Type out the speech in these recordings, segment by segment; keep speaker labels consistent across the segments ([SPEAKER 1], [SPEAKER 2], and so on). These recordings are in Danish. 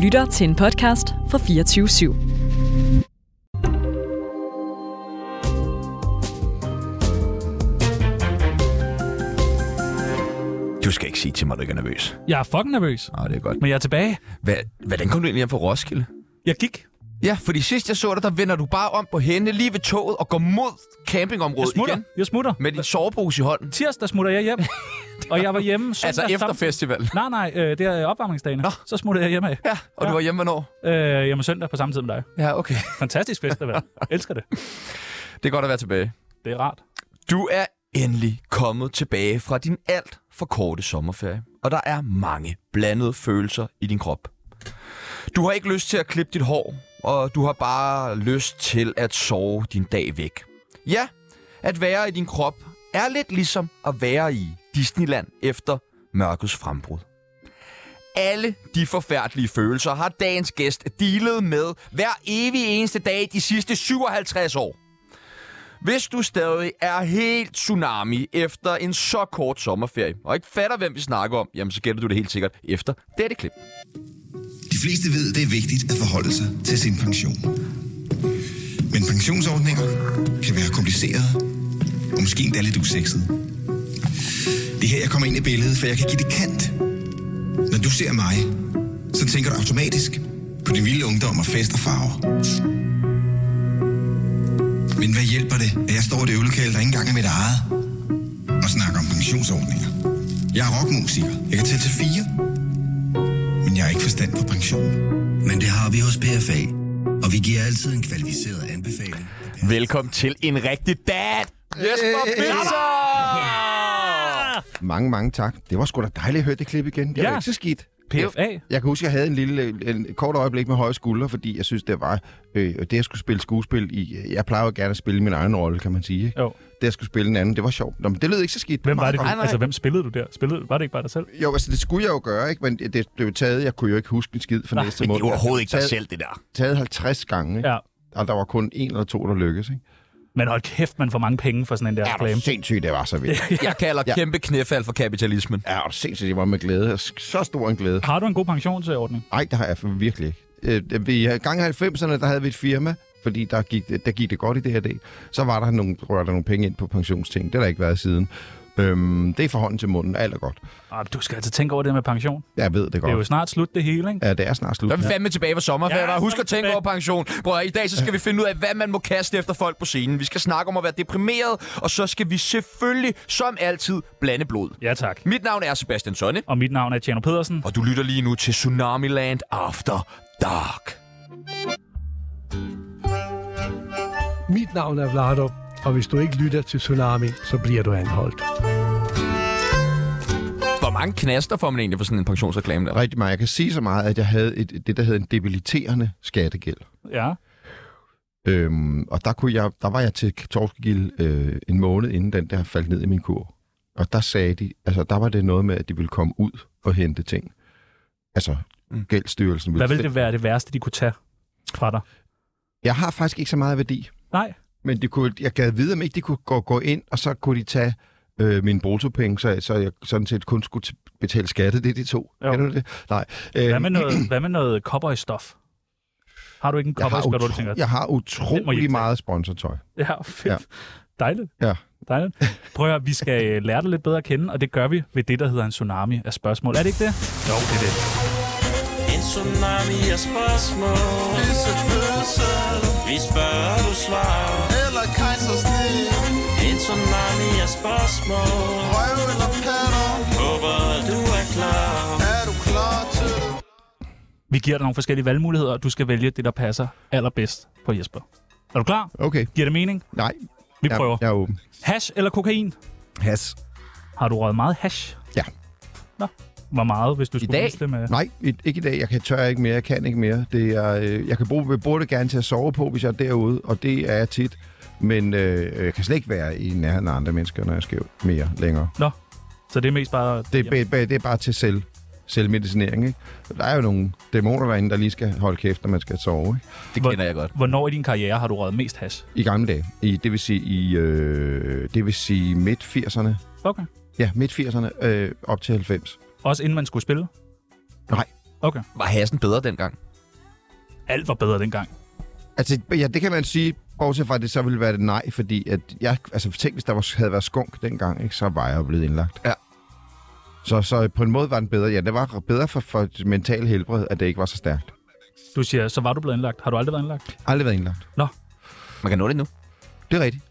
[SPEAKER 1] lytter til en podcast fra 24 /7.
[SPEAKER 2] Du skal ikke sige til mig, at du ikke er nervøs.
[SPEAKER 3] Jeg er fucking nervøs,
[SPEAKER 2] Åh, det er godt.
[SPEAKER 3] men jeg er tilbage.
[SPEAKER 2] Hvad, hvordan kom du egentlig hjem fra Roskilde?
[SPEAKER 3] Jeg gik.
[SPEAKER 2] Ja, fordi sidst jeg så dig, der vender du bare om på hende lige ved toget og går mod
[SPEAKER 3] Jeg
[SPEAKER 2] campingområdet
[SPEAKER 3] smutter.
[SPEAKER 2] igen.
[SPEAKER 3] Jeg smutter.
[SPEAKER 2] Med din sovepose i hånden.
[SPEAKER 3] Tirsdag smutter jeg hjem, og jeg var hjemme søndag.
[SPEAKER 2] Altså efter
[SPEAKER 3] samt-
[SPEAKER 2] festival.
[SPEAKER 3] Nej, nej, øh, det er øh, opvarmningsdagene.
[SPEAKER 2] Nå.
[SPEAKER 3] Så smuttede jeg hjem af.
[SPEAKER 2] Ja, og ja. du var hjemme hvornår?
[SPEAKER 3] Øh, jamen søndag på samme tid med dig.
[SPEAKER 2] Ja, okay.
[SPEAKER 3] Fantastisk festival. Elsker det.
[SPEAKER 2] Det er godt at være tilbage.
[SPEAKER 3] Det er rart.
[SPEAKER 2] Du er endelig kommet tilbage fra din alt for korte sommerferie, og der er mange blandede følelser i din krop. Du har ikke lyst til at klippe dit hår, og du har bare lyst til at sove din dag væk. Ja, at være i din krop er lidt ligesom at være i Disneyland efter mørkets frembrud. Alle de forfærdelige følelser har dagens gæst dealet med hver evig eneste dag de sidste 57 år. Hvis du stadig er helt tsunami efter en så kort sommerferie, og ikke fatter, hvem vi snakker om, jamen så gætter du det helt sikkert efter dette klip.
[SPEAKER 4] De fleste ved, det er vigtigt at forholde sig til sin pension. Men pensionsordninger kan være komplicerede, og måske endda lidt usexede. Det er her, jeg kommer ind i billedet, for jeg kan give det kant. Når du ser mig, så tænker du automatisk på din vilde ungdom og fest og farver. Men hvad hjælper det, at jeg står i det øvelokale, der ikke engang er mit eget, og snakker om pensionsordninger? Jeg er rockmusiker. Jeg kan tælle til fire, men jeg har ikke forstand på pension.
[SPEAKER 5] Men det har vi hos PFA, og vi giver altid en kvalificeret anbefaling.
[SPEAKER 2] Velkommen til en rigtig dad, Jesper Bilser!
[SPEAKER 6] Mange, mange tak. Det var sgu da dejligt at høre det klip igen. Det ja.
[SPEAKER 3] Ja.
[SPEAKER 6] var ikke så skidt.
[SPEAKER 3] PFA.
[SPEAKER 6] Jeg kan huske, at jeg havde en lille, en et kort øjeblik med høje skuldre, fordi jeg synes, det var øh, det, jeg skulle spille skuespil i. Jeg plejer jo gerne at spille min egen rolle, kan man sige. ikke?
[SPEAKER 3] Jo.
[SPEAKER 6] Det, jeg skulle spille en anden, det var sjovt. Nå, men det lød ikke så skidt.
[SPEAKER 3] Hvem var
[SPEAKER 6] Meget
[SPEAKER 3] det? Du,
[SPEAKER 6] godt.
[SPEAKER 3] altså, hvem spillede du der? Spillede, var det ikke bare dig selv?
[SPEAKER 6] Jo, altså det skulle jeg jo gøre, ikke? men det blev taget. Jeg kunne jo ikke huske en skid for næste måned. taget,
[SPEAKER 2] det der.
[SPEAKER 6] taget 50 gange, ikke?
[SPEAKER 3] Ja.
[SPEAKER 6] og der var kun en eller to, der lykkedes. Ikke?
[SPEAKER 3] Men hold kæft, man får mange penge for sådan en der
[SPEAKER 6] Er
[SPEAKER 3] reklame.
[SPEAKER 6] du sindssygt, det var så vildt.
[SPEAKER 2] Jeg kalder
[SPEAKER 6] Ja.
[SPEAKER 2] kæmpe knæfald for kapitalismen.
[SPEAKER 6] Ja, er du sindssygt, det var med glæde. Så stor en glæde.
[SPEAKER 3] Har du en god pensionsordning?
[SPEAKER 6] Nej, det har jeg virkelig ikke. Øh, vi, gang i 90'erne, der havde vi et firma, fordi der gik, der gik det godt i det her dag. Så var der nogle, rørte der nogle penge ind på pensionsting. Det har der ikke været siden. Øhm, det er fra hånden til munden. Alt er godt.
[SPEAKER 3] Arh, du skal altså tænke over det med pension.
[SPEAKER 6] Jeg ved det
[SPEAKER 3] Det
[SPEAKER 6] godt.
[SPEAKER 3] er jo snart slut det hele, ikke?
[SPEAKER 6] Ja, det er snart slut.
[SPEAKER 2] Så er vi fandme tilbage fra sommerferien,
[SPEAKER 3] Ja,
[SPEAKER 2] og husk
[SPEAKER 3] så er
[SPEAKER 2] at
[SPEAKER 3] vi
[SPEAKER 2] tænke
[SPEAKER 3] tilbage.
[SPEAKER 2] over pension. Prøv at høre, i dag så skal vi finde ud af, hvad man må kaste efter folk på scenen. Vi skal snakke om at være deprimeret, og så skal vi selvfølgelig, som altid, blande blod.
[SPEAKER 3] Ja, tak.
[SPEAKER 2] Mit navn er Sebastian Sonne.
[SPEAKER 3] Og mit navn er Tjerno Pedersen.
[SPEAKER 2] Og du lytter lige nu til Tsunami Land After Dark.
[SPEAKER 7] Mit navn er Vlado, og hvis du ikke lytter til Tsunami, så bliver du anholdt.
[SPEAKER 2] Hvor mange knaster får man egentlig for sådan en pensionsreklame der?
[SPEAKER 6] Rigtig meget. Jeg kan sige så meget, at jeg havde et, det, der hedder en debiliterende skattegæld.
[SPEAKER 3] Ja.
[SPEAKER 6] Øhm, og der, kunne jeg, der var jeg til Torskegilde øh, en måned inden den der faldt ned i min kur. Og der sagde de, altså der var det noget med, at de ville komme ud og hente ting. Altså,
[SPEAKER 2] Mm.
[SPEAKER 6] gældsstyrelsen
[SPEAKER 3] Hvad ville det være det værste, de kunne tage fra dig?
[SPEAKER 6] Jeg har faktisk ikke så meget værdi,
[SPEAKER 3] Nej.
[SPEAKER 6] men de kunne, jeg gad vide, om ikke de kunne gå, gå ind, og så kunne de tage øh, mine bruttopenge, så, så jeg sådan set kun skulle t- betale skatte, det er de to.
[SPEAKER 3] Jo.
[SPEAKER 6] Kan du det? Nej. Øh,
[SPEAKER 3] Hvad med noget, hvad med noget cowboy-stof? Har du ikke en
[SPEAKER 6] jeg, har
[SPEAKER 3] cowboy-stof, hvor du
[SPEAKER 6] utro-
[SPEAKER 3] tænker?
[SPEAKER 6] jeg har
[SPEAKER 3] ikke tage.
[SPEAKER 6] utrolig meget sponsortøj.
[SPEAKER 3] Ja, fedt.
[SPEAKER 6] Ja.
[SPEAKER 3] Dejligt.
[SPEAKER 6] Ja.
[SPEAKER 3] Dejligt. Prøv at høre, vi skal øh, lære dig lidt bedre at kende, og det gør vi ved det, der hedder en tsunami af spørgsmål. Er det ikke det? Jo, det er det.
[SPEAKER 8] En tsunami af spørgsmål Vi spørger, du svarer
[SPEAKER 9] Eller kejsersnit
[SPEAKER 8] En tsunami af spørgsmål
[SPEAKER 9] Røv eller patter
[SPEAKER 8] Håber, du er klar
[SPEAKER 9] Er du klar til det?
[SPEAKER 3] Vi giver dig nogle forskellige valgmuligheder, og du skal vælge det, der passer allerbedst på Jesper. Er du klar?
[SPEAKER 6] Okay,
[SPEAKER 3] Giver det mening?
[SPEAKER 6] nej.
[SPEAKER 3] Vi
[SPEAKER 6] jeg,
[SPEAKER 3] prøver.
[SPEAKER 6] Jeg er åben.
[SPEAKER 3] Hash eller kokain?
[SPEAKER 6] Has.
[SPEAKER 3] Har du røget meget hash?
[SPEAKER 6] Ja.
[SPEAKER 3] Nå, hvor meget, hvis du skulle
[SPEAKER 2] dag?
[SPEAKER 3] vise det med...
[SPEAKER 6] Nej, i- ikke i dag. Jeg kan tør ikke mere. Jeg kan ikke mere. Det er, øh, jeg kan bruge, jeg bruger det gerne til at sove på, hvis jeg er derude, og det er jeg tit. Men øh, jeg kan slet ikke være i nærheden af andre mennesker, når jeg skal ud mere længere.
[SPEAKER 3] Nå, så det er mest bare...
[SPEAKER 6] Det, er, ba- ba- det er bare til selv, selvmedicinering. Ikke? Der er jo nogle dæmoner derinde, der lige skal holde kæft, når man skal sove. Ikke?
[SPEAKER 2] Det
[SPEAKER 3] Hvor-
[SPEAKER 2] kender jeg godt.
[SPEAKER 3] Hvornår i din karriere har du røget mest hash?
[SPEAKER 6] I gamle dage. I, det vil sige i øh, det vil sige midt 80'erne.
[SPEAKER 3] Okay.
[SPEAKER 6] Ja, midt 80'erne øh, op til 90.
[SPEAKER 3] Også inden man skulle spille?
[SPEAKER 6] Nej.
[SPEAKER 3] Okay.
[SPEAKER 2] Var hasen bedre dengang?
[SPEAKER 3] Alt var bedre dengang.
[SPEAKER 6] Altså, ja, det kan man sige, bortset fra, at det så ville være et nej, fordi at jeg, altså, tænk, hvis der var, havde været skunk dengang, ikke, så var jeg jo blevet indlagt.
[SPEAKER 2] Ja.
[SPEAKER 6] Så, så på en måde var den bedre. Ja, det var bedre for, for et mentalt helbred, at det ikke var så stærkt.
[SPEAKER 3] Du siger, så var du blevet indlagt. Har du aldrig været indlagt?
[SPEAKER 6] Aldrig været indlagt.
[SPEAKER 2] Man kan nå det nu.
[SPEAKER 6] Det er rigtigt.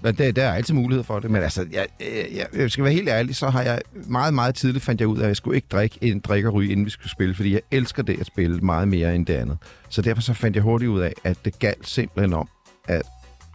[SPEAKER 6] Men der, der er altid mulighed for det, men altså, jeg, øh, jeg, jeg skal være helt ærlig, så har jeg meget, meget tidligt fandt jeg ud af, at jeg skulle ikke drikke en drik og ryge, inden vi skulle spille, fordi jeg elsker det at spille meget mere end det andet. Så derfor så fandt jeg hurtigt ud af, at det galt simpelthen om at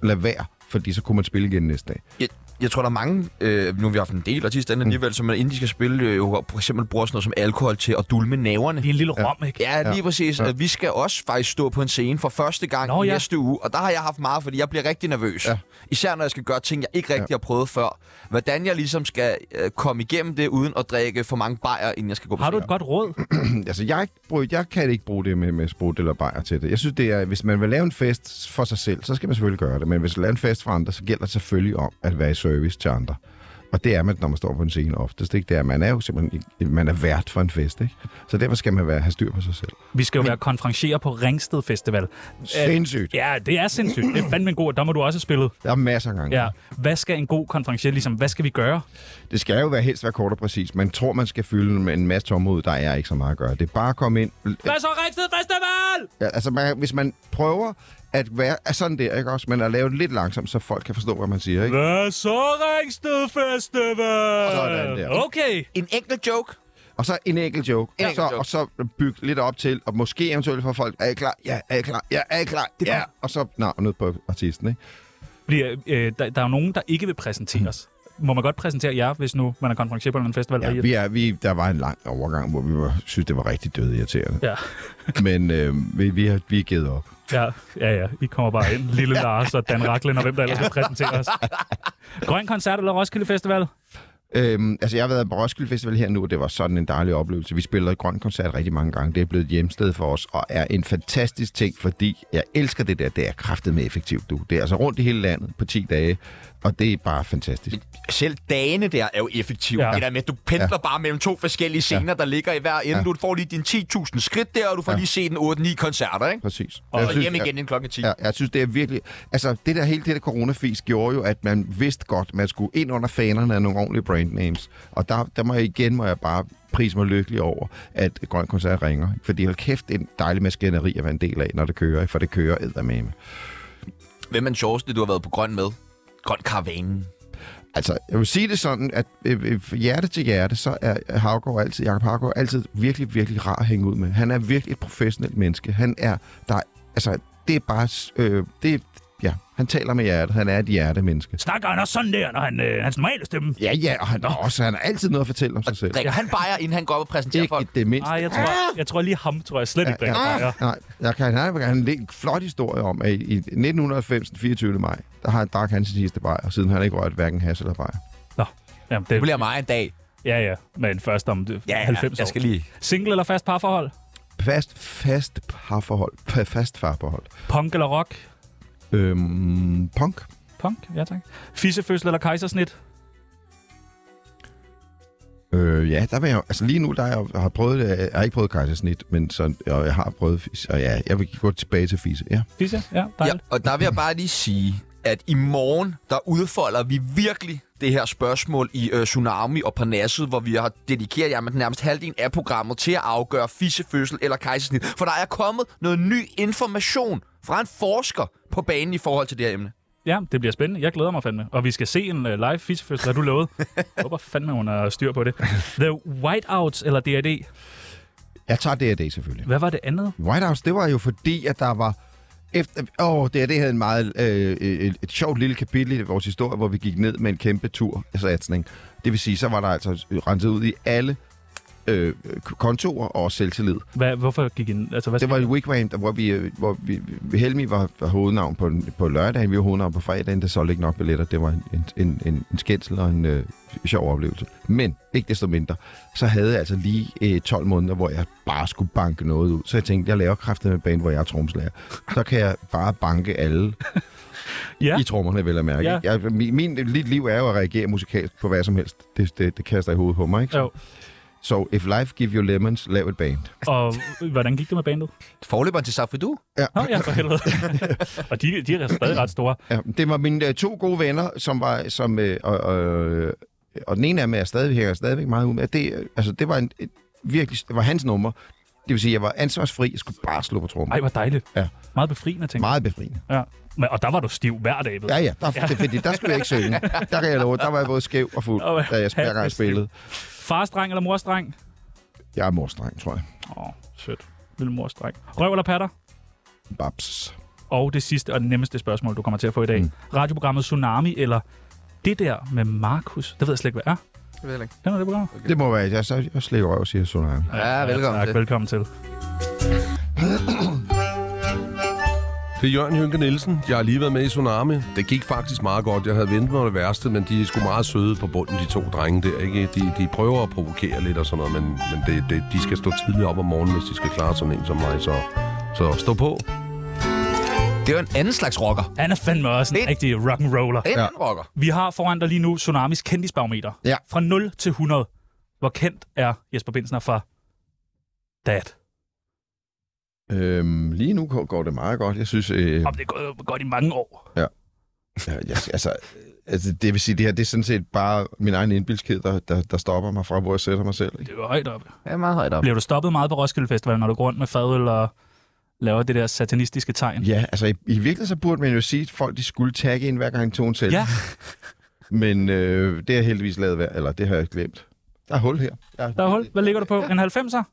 [SPEAKER 6] lade være, fordi så kunne man spille igen næste dag.
[SPEAKER 2] Jeg, jeg tror, der er mange, øh, nu har vi haft en del artister mm. alligevel, som man inden de skal spille, øh, jo for eksempel bruger sådan noget som alkohol til at dulme næverne.
[SPEAKER 3] Det er en lille rom, ikke?
[SPEAKER 2] Ja, lige ja. præcis. Ja. Vi skal også faktisk stå på en scene for første gang
[SPEAKER 3] Nå,
[SPEAKER 2] Nå, i
[SPEAKER 3] ja.
[SPEAKER 2] næste uge, og der har jeg haft meget, fordi jeg bliver rigtig nervøs. Ja. Især når jeg skal gøre ting, jeg ikke rigtig ja. har prøvet før. Hvordan jeg ligesom skal øh, komme igennem det, uden at drikke for mange bajer, inden jeg skal gå på
[SPEAKER 3] Har du
[SPEAKER 2] scenen.
[SPEAKER 3] et godt råd?
[SPEAKER 6] altså, jeg, brug, jeg kan ikke bruge det med, med sprut eller bajer til det. Jeg synes, det er, hvis man vil lave en fest for sig selv, så skal man selvfølgelig gøre det. Men hvis man laver en fest for andre, så gælder det selvfølgelig om at være i service til andre. Og det er man, når man står på en scene oftest. Ikke? Det er, man er jo simpelthen ikke- man er vært for en fest. Ikke? Så derfor skal man være, have styr på sig selv.
[SPEAKER 3] Vi skal jo være konferencier på Ringsted Festival.
[SPEAKER 6] Sindssygt.
[SPEAKER 3] Øh, Ja, det er sindssygt. Det er fandme en god. Der må du også have spillet.
[SPEAKER 6] Der er masser af gange.
[SPEAKER 3] Ja. Hvad skal en god konferencier ligesom? Hvad skal vi gøre?
[SPEAKER 6] Det skal jo være helst være kort og præcis. Man tror, man skal fylde med en masse tomhed. Der er ikke så meget at gøre. Det er bare at komme ind,
[SPEAKER 3] Hvad så Ringsted Festival?
[SPEAKER 6] Ja, altså, man, hvis man prøver at være er sådan der, ikke også? Men at lave det lidt langsomt, så folk kan forstå, hvad man siger, ikke?
[SPEAKER 3] Hvad så Ringsted Festival?
[SPEAKER 6] Sådan der.
[SPEAKER 3] Okay.
[SPEAKER 2] En enkelt joke.
[SPEAKER 6] Og så en enkelt joke.
[SPEAKER 2] En
[SPEAKER 6] så,
[SPEAKER 2] enkelt joke.
[SPEAKER 6] Og så bygge lidt op til, og måske eventuelt for folk, er I klar? Ja, er I klar? Ja, er I klar? ja. Og så navnet på artisten, ikke?
[SPEAKER 3] Bliver, øh, der, der er jo nogen, der ikke vil præsenteres. Må man godt præsentere jer, hvis nu man er konferencier på en eller anden festival?
[SPEAKER 6] Ja,
[SPEAKER 3] Og I-
[SPEAKER 6] vi er, vi, der var en lang overgang, hvor vi var, synes, det var rigtig døde irriterende.
[SPEAKER 3] Ja.
[SPEAKER 6] Men øh, vi, vi, har, vi er givet op.
[SPEAKER 3] Ja, ja, ja. I kommer bare ind. Lille Lars og Dan Raklen og hvem der ellers skal præsentere os. Grøn koncert eller Roskilde Festival?
[SPEAKER 6] Øhm, altså, jeg har været på Roskilde Festival her nu, og det var sådan en dejlig oplevelse. Vi spillede Grøn Koncert rigtig mange gange. Det er blevet et hjemsted for os, og er en fantastisk ting, fordi jeg elsker det der. Det er kraftet med effektivt, du. Det er altså rundt i hele landet på 10 dage, og det er bare fantastisk.
[SPEAKER 2] Selv dagene der er jo effektive.
[SPEAKER 3] Ja.
[SPEAKER 2] Ja. Det der med, at du pendler ja. bare mellem to forskellige scener, ja. der ligger i hver ende. Ja. Du får lige dine 10.000 skridt der, og du får ja. lige set en 8-9 koncerter, ikke?
[SPEAKER 6] Præcis.
[SPEAKER 2] Og
[SPEAKER 6] Jeg
[SPEAKER 2] jeg
[SPEAKER 6] synes,
[SPEAKER 2] hjem igen
[SPEAKER 6] jeg-
[SPEAKER 2] inden klokken 10. Ja.
[SPEAKER 6] Ja, jeg synes, det er virkelig... Altså, det der hele det der coronafis gjorde jo, at man vidste godt, man skulle ind under fanerne af nogle ordentlige brand names. Og der, der må jeg igen, må jeg bare prise mig lykkelig over, at Grøn Koncert ringer. ikke? Fordi hold kæft, det er en dejlig maskineri at være en del af, når det kører, ikke? for det kører eddermame.
[SPEAKER 2] Hvem er den sjoveste, du har været på grøn med? Grøn karavanen.
[SPEAKER 6] Altså, jeg vil sige det sådan, at øh, øh, fra hjerte til hjerte, så er Havgård altid, Jacob Havgård altid virkelig, virkelig rar at hænge ud med. Han er virkelig et professionelt menneske. Han er, der, er- altså, det er bare, s- øh, det, ja, han taler med hjertet. Han er et hjertemenneske.
[SPEAKER 3] Snakker han også sådan der, når han, øh, hans normale stemme?
[SPEAKER 6] Ja, ja, og han, er også, han har altid noget at fortælle om sig selv.
[SPEAKER 2] Drikker han bajer, inden han går op og præsenterer
[SPEAKER 6] Ikke
[SPEAKER 2] folk?
[SPEAKER 6] det mindste.
[SPEAKER 3] Nej, jeg
[SPEAKER 2] Ah.
[SPEAKER 3] tror, jeg tror lige ham, tror jeg slet ikke drikker bajer.
[SPEAKER 6] Nej, jeg kan have en lidt flot historie om, at i 1990, den 24. maj, der har han drak hans sidste bajer, og siden har han ikke rørt hverken has eller bajer.
[SPEAKER 3] Nå, jamen, det,
[SPEAKER 2] Det bliver mig en dag.
[SPEAKER 3] ja, ja, men først om det,
[SPEAKER 2] Ja,
[SPEAKER 3] 90
[SPEAKER 2] jeg
[SPEAKER 3] år.
[SPEAKER 2] skal lige...
[SPEAKER 3] Single eller fast parforhold?
[SPEAKER 6] Fast, fast parforhold. Fa- Fast parforhold.
[SPEAKER 3] Punk eller rock?
[SPEAKER 6] Øhm, punk.
[SPEAKER 3] Punk, ja tak. Fissefødsel eller kejsersnit?
[SPEAKER 6] Øh, ja, der vil jeg, jo- altså lige nu, der er jeg, jo- har prøvet, det. jeg har ikke prøvet kejsersnit, men så, og jeg har prøvet fis, og ja, jeg vil gå tilbage til fise, ja.
[SPEAKER 3] Fisse? Ja,
[SPEAKER 2] Ja,
[SPEAKER 3] dejligt.
[SPEAKER 2] og der vil jeg bare lige sige, at i morgen, der udfolder vi virkelig det her spørgsmål i øh, Tsunami og Parnasset, hvor vi har dedikeret jer med nærmest halvdelen af programmet til at afgøre fissefødsel eller kejsersnit. For der er kommet noget ny information fra en forsker på banen i forhold til det her emne.
[SPEAKER 3] Ja. ja, det bliver spændende. Jeg glæder mig fandme. Og vi skal se en uh, live fissefødsel, har du lovet. Jeg håber fandme, hun har styr på det. The Whiteouts eller D.A.D.
[SPEAKER 6] Jeg tager D&D selvfølgelig.
[SPEAKER 3] Hvad var det andet?
[SPEAKER 6] White House, det var jo fordi, at der var... Efter, åh, det, her, det havde en meget, øh, et, et sjovt lille kapitel i vores historie, hvor vi gik ned med en kæmpe tur altså satsning. Det vil sige, så var der altså renset ud i alle øh, kontorer og selvtillid.
[SPEAKER 3] Hvad, hvorfor gik en... Altså, hvad
[SPEAKER 6] Det var et weekend, hvor vi, øh, hvor vi, Helmi var, var hovednavn på, på lørdagen, vi var hovednavn på fredagen, der solgte ikke nok billetter. Det var en, en, en, en, en skændsel og en øh, sjov oplevelse. Men ikke desto mindre, så havde jeg altså lige øh, 12 måneder, hvor jeg bare skulle banke noget ud. Så jeg tænkte, jeg laver kraftet med band, hvor jeg er tromslærer. Så kan jeg bare banke alle
[SPEAKER 3] Ja.
[SPEAKER 6] ja. i trommerne, vel at mærke.
[SPEAKER 3] Ja.
[SPEAKER 6] Ja. Jeg, min, min lille liv er jo at reagere musikalsk på hvad som helst. Det, det, det kaster i hovedet på mig, ikke?
[SPEAKER 3] Jo.
[SPEAKER 6] So if life give you lemons, lav et band.
[SPEAKER 3] Og hvordan gik det med bandet?
[SPEAKER 2] Forløberen til Safedu?
[SPEAKER 3] Nå ja, for helvede. og de, de er stadig ret store.
[SPEAKER 6] Ja, det var mine øh, to gode venner, som var, som, øh, og, øh, og den ene af dem er stadig, hænger stadigvæk meget ud med. Det, øh, altså, det var en, et, virkelig, det var hans nummer. Det vil sige, jeg var ansvarsfri, jeg skulle bare slå på trommen.
[SPEAKER 3] Ej, hvor dejligt.
[SPEAKER 6] Ja.
[SPEAKER 3] Meget befriende, tænker
[SPEAKER 6] Meget befriende.
[SPEAKER 3] jeg. Ja. Men, og der var du stiv hver dag, ved
[SPEAKER 6] Ja, ja, der, ja. Fordi, der skulle jeg ikke synge. Der kan jeg love, der var jeg både skæv og fuld,
[SPEAKER 3] Åh,
[SPEAKER 6] da jeg hver gang jeg spillede.
[SPEAKER 3] Farstreng eller morstreng?
[SPEAKER 6] Jeg er morstreng, tror jeg.
[SPEAKER 3] Åh, oh, sødt. Lille morstreng. Røv eller patter?
[SPEAKER 6] Babs.
[SPEAKER 3] Og det sidste og nemmeste spørgsmål, du kommer til at få i dag. Mm. Radioprogrammet Tsunami eller det der med Markus? Det ved jeg slet ikke, hvad er.
[SPEAKER 2] Jeg ved ikke.
[SPEAKER 3] Kender du det program?
[SPEAKER 6] Det må være, jeg, så, jeg slikker røv og siger tsunami.
[SPEAKER 2] Ja, velkommen
[SPEAKER 3] tak,
[SPEAKER 2] til.
[SPEAKER 3] velkommen til.
[SPEAKER 10] Det er Jørgen Jynke Nielsen. Jeg har lige været med i Tsunami. Det gik faktisk meget godt. Jeg havde ventet mig det værste, men de er sgu meget søde på bunden, de to drenge der. Ikke? De, de prøver at provokere lidt og sådan noget, men, men det, det, de skal stå tidligt op om morgenen, hvis de skal klare sådan en som mig. Så, så stå på.
[SPEAKER 2] Det er jo en anden slags rocker.
[SPEAKER 3] Han er fandme også en
[SPEAKER 2] Det-
[SPEAKER 3] rigtig rock'n'roller.
[SPEAKER 2] En anden rocker.
[SPEAKER 3] Vi har foran dig lige nu Tsunamis kendisbarometer.
[SPEAKER 6] Ja.
[SPEAKER 3] Fra 0 til 100. Hvor kendt er Jesper Bindsen fra Dad?
[SPEAKER 6] Øhm, lige nu går- går det meget godt. Jeg synes, øh,
[SPEAKER 3] Om det er gået godt i mange år.
[SPEAKER 6] Ja, jeg, altså, altså, det vil sige, det her det er sådan set bare min egen indbildsked, der, der, der stopper mig fra, hvor jeg sætter mig selv. Ikke?
[SPEAKER 3] Det er jo højt op.
[SPEAKER 2] Ja, meget højt op.
[SPEAKER 3] Bliver du stoppet meget på Roskilde Festival, når du går rundt med fadøl og laver det der satanistiske tegn?
[SPEAKER 6] Ja, altså i, i virkeligheden så burde man jo sige, at folk de skulle tagge en hver gang en tog en selv.
[SPEAKER 3] Ja,
[SPEAKER 6] Men øh, det har jeg heldigvis lavet værd, eller det har jeg glemt. Der er hul her. Ja,
[SPEAKER 3] der er hul. Hvad ligger du på? En 90'er?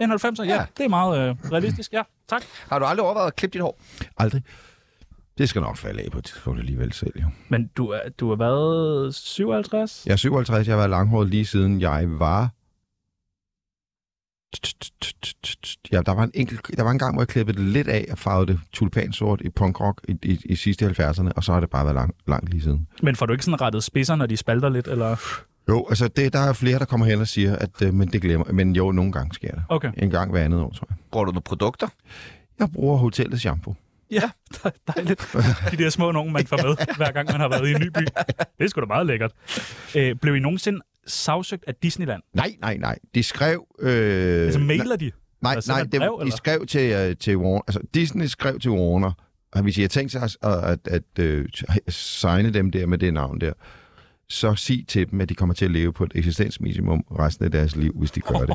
[SPEAKER 3] En 90'er, ja.
[SPEAKER 2] Ja.
[SPEAKER 3] Det er meget øh, realistisk, ja. Tak.
[SPEAKER 2] Har du aldrig overvejet at klippe dit hår?
[SPEAKER 6] Aldrig. Det skal nok falde af på et tidspunkt alligevel selv, jo.
[SPEAKER 3] Men du er, du er været 57?
[SPEAKER 6] Jeg er 57, jeg har været langhåret lige siden jeg var... Ja, der var, en enkelt, der var en gang, hvor jeg klippede det lidt af og farvede det tulipansort i punkrock i, i, i sidste 70'erne, og så har det bare været lang, langt lige siden.
[SPEAKER 3] Men får du ikke sådan rettet spidser, når de spalter lidt? Eller?
[SPEAKER 6] Jo, altså det, der er flere, der kommer hen og siger, at øh, men det glemmer. Men jo, nogle gange sker det.
[SPEAKER 3] Okay.
[SPEAKER 6] En gang hver andet år, tror jeg.
[SPEAKER 2] Bruger du nogle produkter?
[SPEAKER 6] Jeg bruger hotellets shampoo.
[SPEAKER 3] Ja, de- dejligt. De der små nogen, man får med, hver gang man har været i en ny by. Det er sgu da meget lækkert. Øh, blev I nogensinde sagsøgt af Disneyland?
[SPEAKER 6] Nej, nej, nej. De skrev... Øh,
[SPEAKER 3] Altså mailer de?
[SPEAKER 6] Nej,
[SPEAKER 3] altså,
[SPEAKER 6] nej,
[SPEAKER 3] sender
[SPEAKER 6] det,
[SPEAKER 3] brev,
[SPEAKER 6] de
[SPEAKER 3] eller?
[SPEAKER 6] skrev til, øh, til Warner. Altså Disney skrev til Warner, og hvis I har tænkt sig at, at, at øh, signe dem der med det navn der, så sig til dem, at de kommer til at leve på et eksistensminimum resten af deres liv, hvis de gør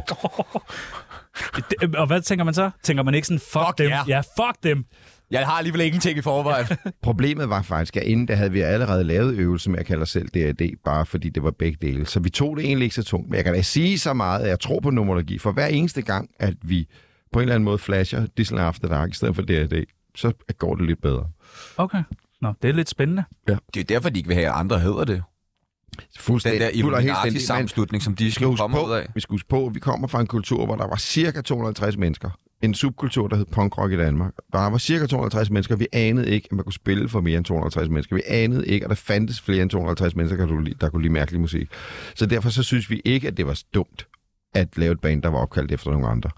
[SPEAKER 3] Oh
[SPEAKER 6] det.
[SPEAKER 3] Det- Og hvad tænker man så? Tænker man ikke sådan, fuck,
[SPEAKER 2] Fuck
[SPEAKER 3] dem?
[SPEAKER 2] jer.
[SPEAKER 3] Ja, fuck dem.
[SPEAKER 2] Jeg har alligevel ingenting i forvejen.
[SPEAKER 6] Problemet var faktisk, at inden der havde vi allerede lavet øvelse med at kalde os selv DAD, bare fordi det var begge dele. Så vi tog det egentlig ikke så tungt. Men jeg kan da sige så meget, at jeg tror på numerologi. For hver eneste gang, at vi på en eller anden måde flasher Disney After Dark i stedet for DAD, så går det lidt bedre.
[SPEAKER 3] Okay. Nå, det er lidt spændende.
[SPEAKER 2] Det er jo derfor, de ikke vil have, at andre hedder det. Den der
[SPEAKER 6] fuld og helt stændig, men
[SPEAKER 2] Illuminati-sammenslutning, som de
[SPEAKER 6] vi skal
[SPEAKER 2] skal
[SPEAKER 6] huske
[SPEAKER 2] komme ud
[SPEAKER 6] på,
[SPEAKER 2] af.
[SPEAKER 6] vi skal huske på, at vi kommer fra en kultur, hvor der var cirka 250 mennesker. En subkultur, der hed punkrock i Danmark. Der var cirka 250 mennesker. Vi anede ikke, at man kunne spille for mere end 250 mennesker. Vi anede ikke, at der fandtes flere end 250 mennesker, der kunne lide, der kunne lide mærkelig musik. Så derfor så synes vi ikke, at det var dumt at lave et band, der var opkaldt efter nogle andre.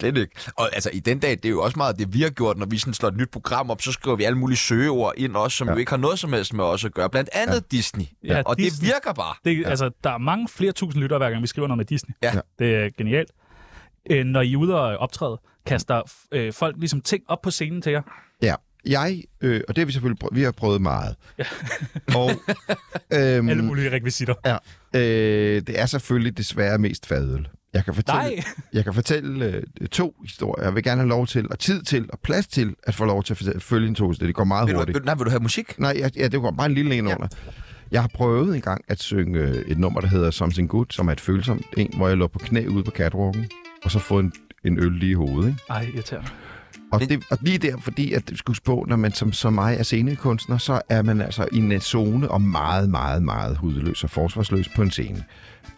[SPEAKER 2] Slet ikke. Og altså, i den dag, det er jo også meget det, vi har gjort, når vi sådan slår et nyt program op, så skriver vi alle mulige søgeord ind også, som ja. jo ikke har noget som helst med os at gøre. Blandt andet ja. Disney.
[SPEAKER 3] Ja,
[SPEAKER 2] og
[SPEAKER 3] Disney.
[SPEAKER 2] det virker bare.
[SPEAKER 3] Det, ja. Altså, der er mange flere tusind lyttere, hver gang vi skriver noget med Disney.
[SPEAKER 2] Ja.
[SPEAKER 3] Det er genialt. Øh, når I er ude og optræde, kaster øh, folk ligesom ting op på scenen til jer.
[SPEAKER 6] Ja, jeg, øh, og det har vi selvfølgelig prøvet, vi har prøvet meget. Ja. og, øhm,
[SPEAKER 3] Alle mulige rekvisitter.
[SPEAKER 6] Ja. Øh, det er selvfølgelig desværre mest fadøl. Jeg kan fortælle,
[SPEAKER 3] Nej.
[SPEAKER 6] jeg kan fortælle øh, to historier. Jeg vil gerne have lov til, og tid til, og plads til, at få lov til at fortælle, følge en tos. Det går meget
[SPEAKER 2] Vil du,
[SPEAKER 6] hurtigt.
[SPEAKER 2] vil, nej, vil du have musik?
[SPEAKER 6] Nej, ja, ja, det går bare en lille en under. Jeg har prøvet en gang at synge øh, et nummer, der hedder Something Good, som er et følsomt en, hvor jeg lå på knæ ude på catwalken, og så fået en, en øl lige i hovedet. Ikke?
[SPEAKER 3] Ej, irriterende.
[SPEAKER 6] Og, det, og lige der, fordi at du skulle spå, når man som, som mig er scenekunstner, så er man altså i en zone og meget, meget, meget hudløs og forsvarsløs på en scene.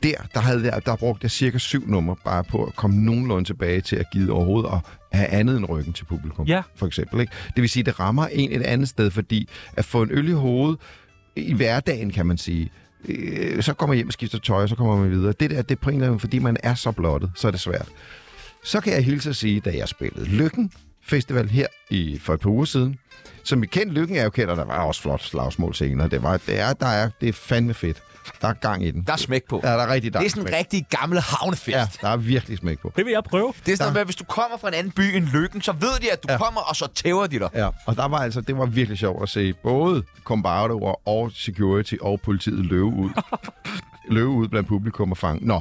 [SPEAKER 6] Der, der, havde jeg, der brugte jeg cirka syv numre bare på at komme nogenlunde tilbage til at give overhovedet og have andet end ryggen til publikum,
[SPEAKER 3] Ja.
[SPEAKER 6] for eksempel. Ikke? Det vil sige, at det rammer en et andet sted, fordi at få en øl i hovedet i hverdagen, kan man sige, øh, så kommer man hjem og skifter tøj, og så kommer man videre. Det der, det er på en eller anden, fordi man er så blottet, så er det svært. Så kan jeg hilse at sige, da jeg spillede Lykken Festival her i, for et par uger siden, som I kendte Lykken er jo kendt, og der var også flot slagsmål senere. Det, var, det er, der er, det er fandme fedt. Der er gang i den.
[SPEAKER 2] Der er smæk på.
[SPEAKER 6] Ja, der er rigtig der
[SPEAKER 2] Det er sådan en
[SPEAKER 6] smæk.
[SPEAKER 2] rigtig gammel havnefest.
[SPEAKER 6] Ja, der er virkelig smæk på.
[SPEAKER 3] Det vil jeg prøve.
[SPEAKER 2] Det er sådan noget med, at hvis du kommer fra en anden by end Lykken, så ved de, at du ja. Mm. kommer, og så tæver de dig.
[SPEAKER 6] Ja, og der var altså, det var virkelig sjovt at se både Combardo og, og security og politiet løbe ud. løbe ud blandt publikum og fange. Nå,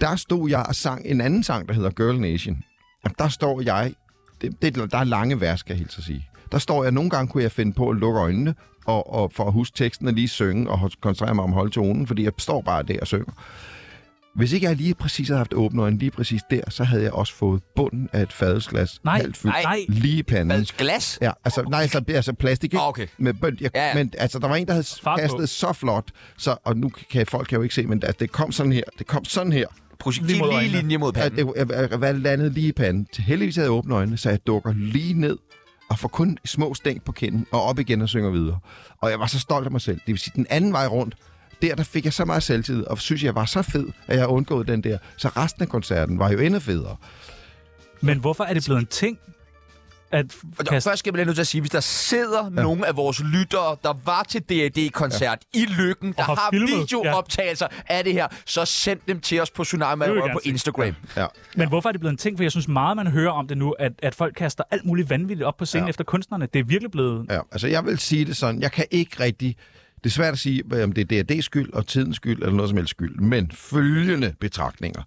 [SPEAKER 6] der stod jeg og sang en anden sang, der hedder Girl Nation. Og der står jeg, det, det, der er lange vers, skal jeg helt så sige. Der står jeg, nogle gange kunne jeg finde på at lukke øjnene, og, og for at huske teksten og lige synge, og koncentrere mig om at holde tonen, fordi jeg står bare der og synger. Hvis ikke jeg lige præcis havde haft åbne øjne lige præcis der, så havde jeg også fået bunden af et fadelsglas
[SPEAKER 3] Nej,
[SPEAKER 6] halvt fyldt
[SPEAKER 3] nej.
[SPEAKER 6] lige i panden.
[SPEAKER 2] Hvad, glas?
[SPEAKER 6] Ja, altså, nej, altså, altså plastik, ikke?
[SPEAKER 2] Ah, okay.
[SPEAKER 6] Med bønd, jeg,
[SPEAKER 2] Ja,
[SPEAKER 6] ja,
[SPEAKER 2] ja.
[SPEAKER 6] ja. Men altså, der var en, der havde
[SPEAKER 3] Fart på.
[SPEAKER 6] kastet så flot, så, og nu kan folk kan jo ikke se, men altså, det kom sådan her, det kom sådan her.
[SPEAKER 2] Projektil
[SPEAKER 3] Lige mod
[SPEAKER 2] lige,
[SPEAKER 3] øjnene.
[SPEAKER 2] linje mod
[SPEAKER 6] Ja,
[SPEAKER 2] panden.
[SPEAKER 6] det jeg, jeg, jeg landede lige i panden. Til heldigvis havde jeg åbne øjnene, så jeg dukker lige ned og får kun små stænk på kinden og op igen og synger videre. Og jeg var så stolt af mig selv. Det vil sige, den anden vej rundt, der, der fik jeg så meget selvtid, og synes, jeg var så fed, at jeg har undgået den der. Så resten af koncerten var jo endnu federe.
[SPEAKER 3] Men hvorfor er det blevet en ting, at f-
[SPEAKER 2] Og der,
[SPEAKER 3] kaste...
[SPEAKER 2] først skal jeg lige nødt til at sige, hvis der sidder ja. nogle af vores lyttere, der var til DAD-koncert ja. i Lykken, der
[SPEAKER 3] har
[SPEAKER 2] har
[SPEAKER 3] filmet, ja.
[SPEAKER 2] videooptagelser ja. af det her, så send dem til os på Tsunami
[SPEAKER 3] Det vil jeg
[SPEAKER 2] Aurora
[SPEAKER 3] gerne
[SPEAKER 2] på
[SPEAKER 3] se.
[SPEAKER 2] Instagram. Ja.
[SPEAKER 6] Ja.
[SPEAKER 3] Men hvorfor er det blevet en ting? For jeg synes meget, man hører om det nu, at, at folk kaster alt muligt vanvittigt op på scenen ja. efter kunstnerne. Det er virkelig blevet...
[SPEAKER 6] Ja, altså jeg vil sige det sådan, jeg kan ikke rigtig... Det er svært at sige, hvad- om det er DRD's skyld og tidens skyld eller noget som helst skyld, men følgende betragtninger.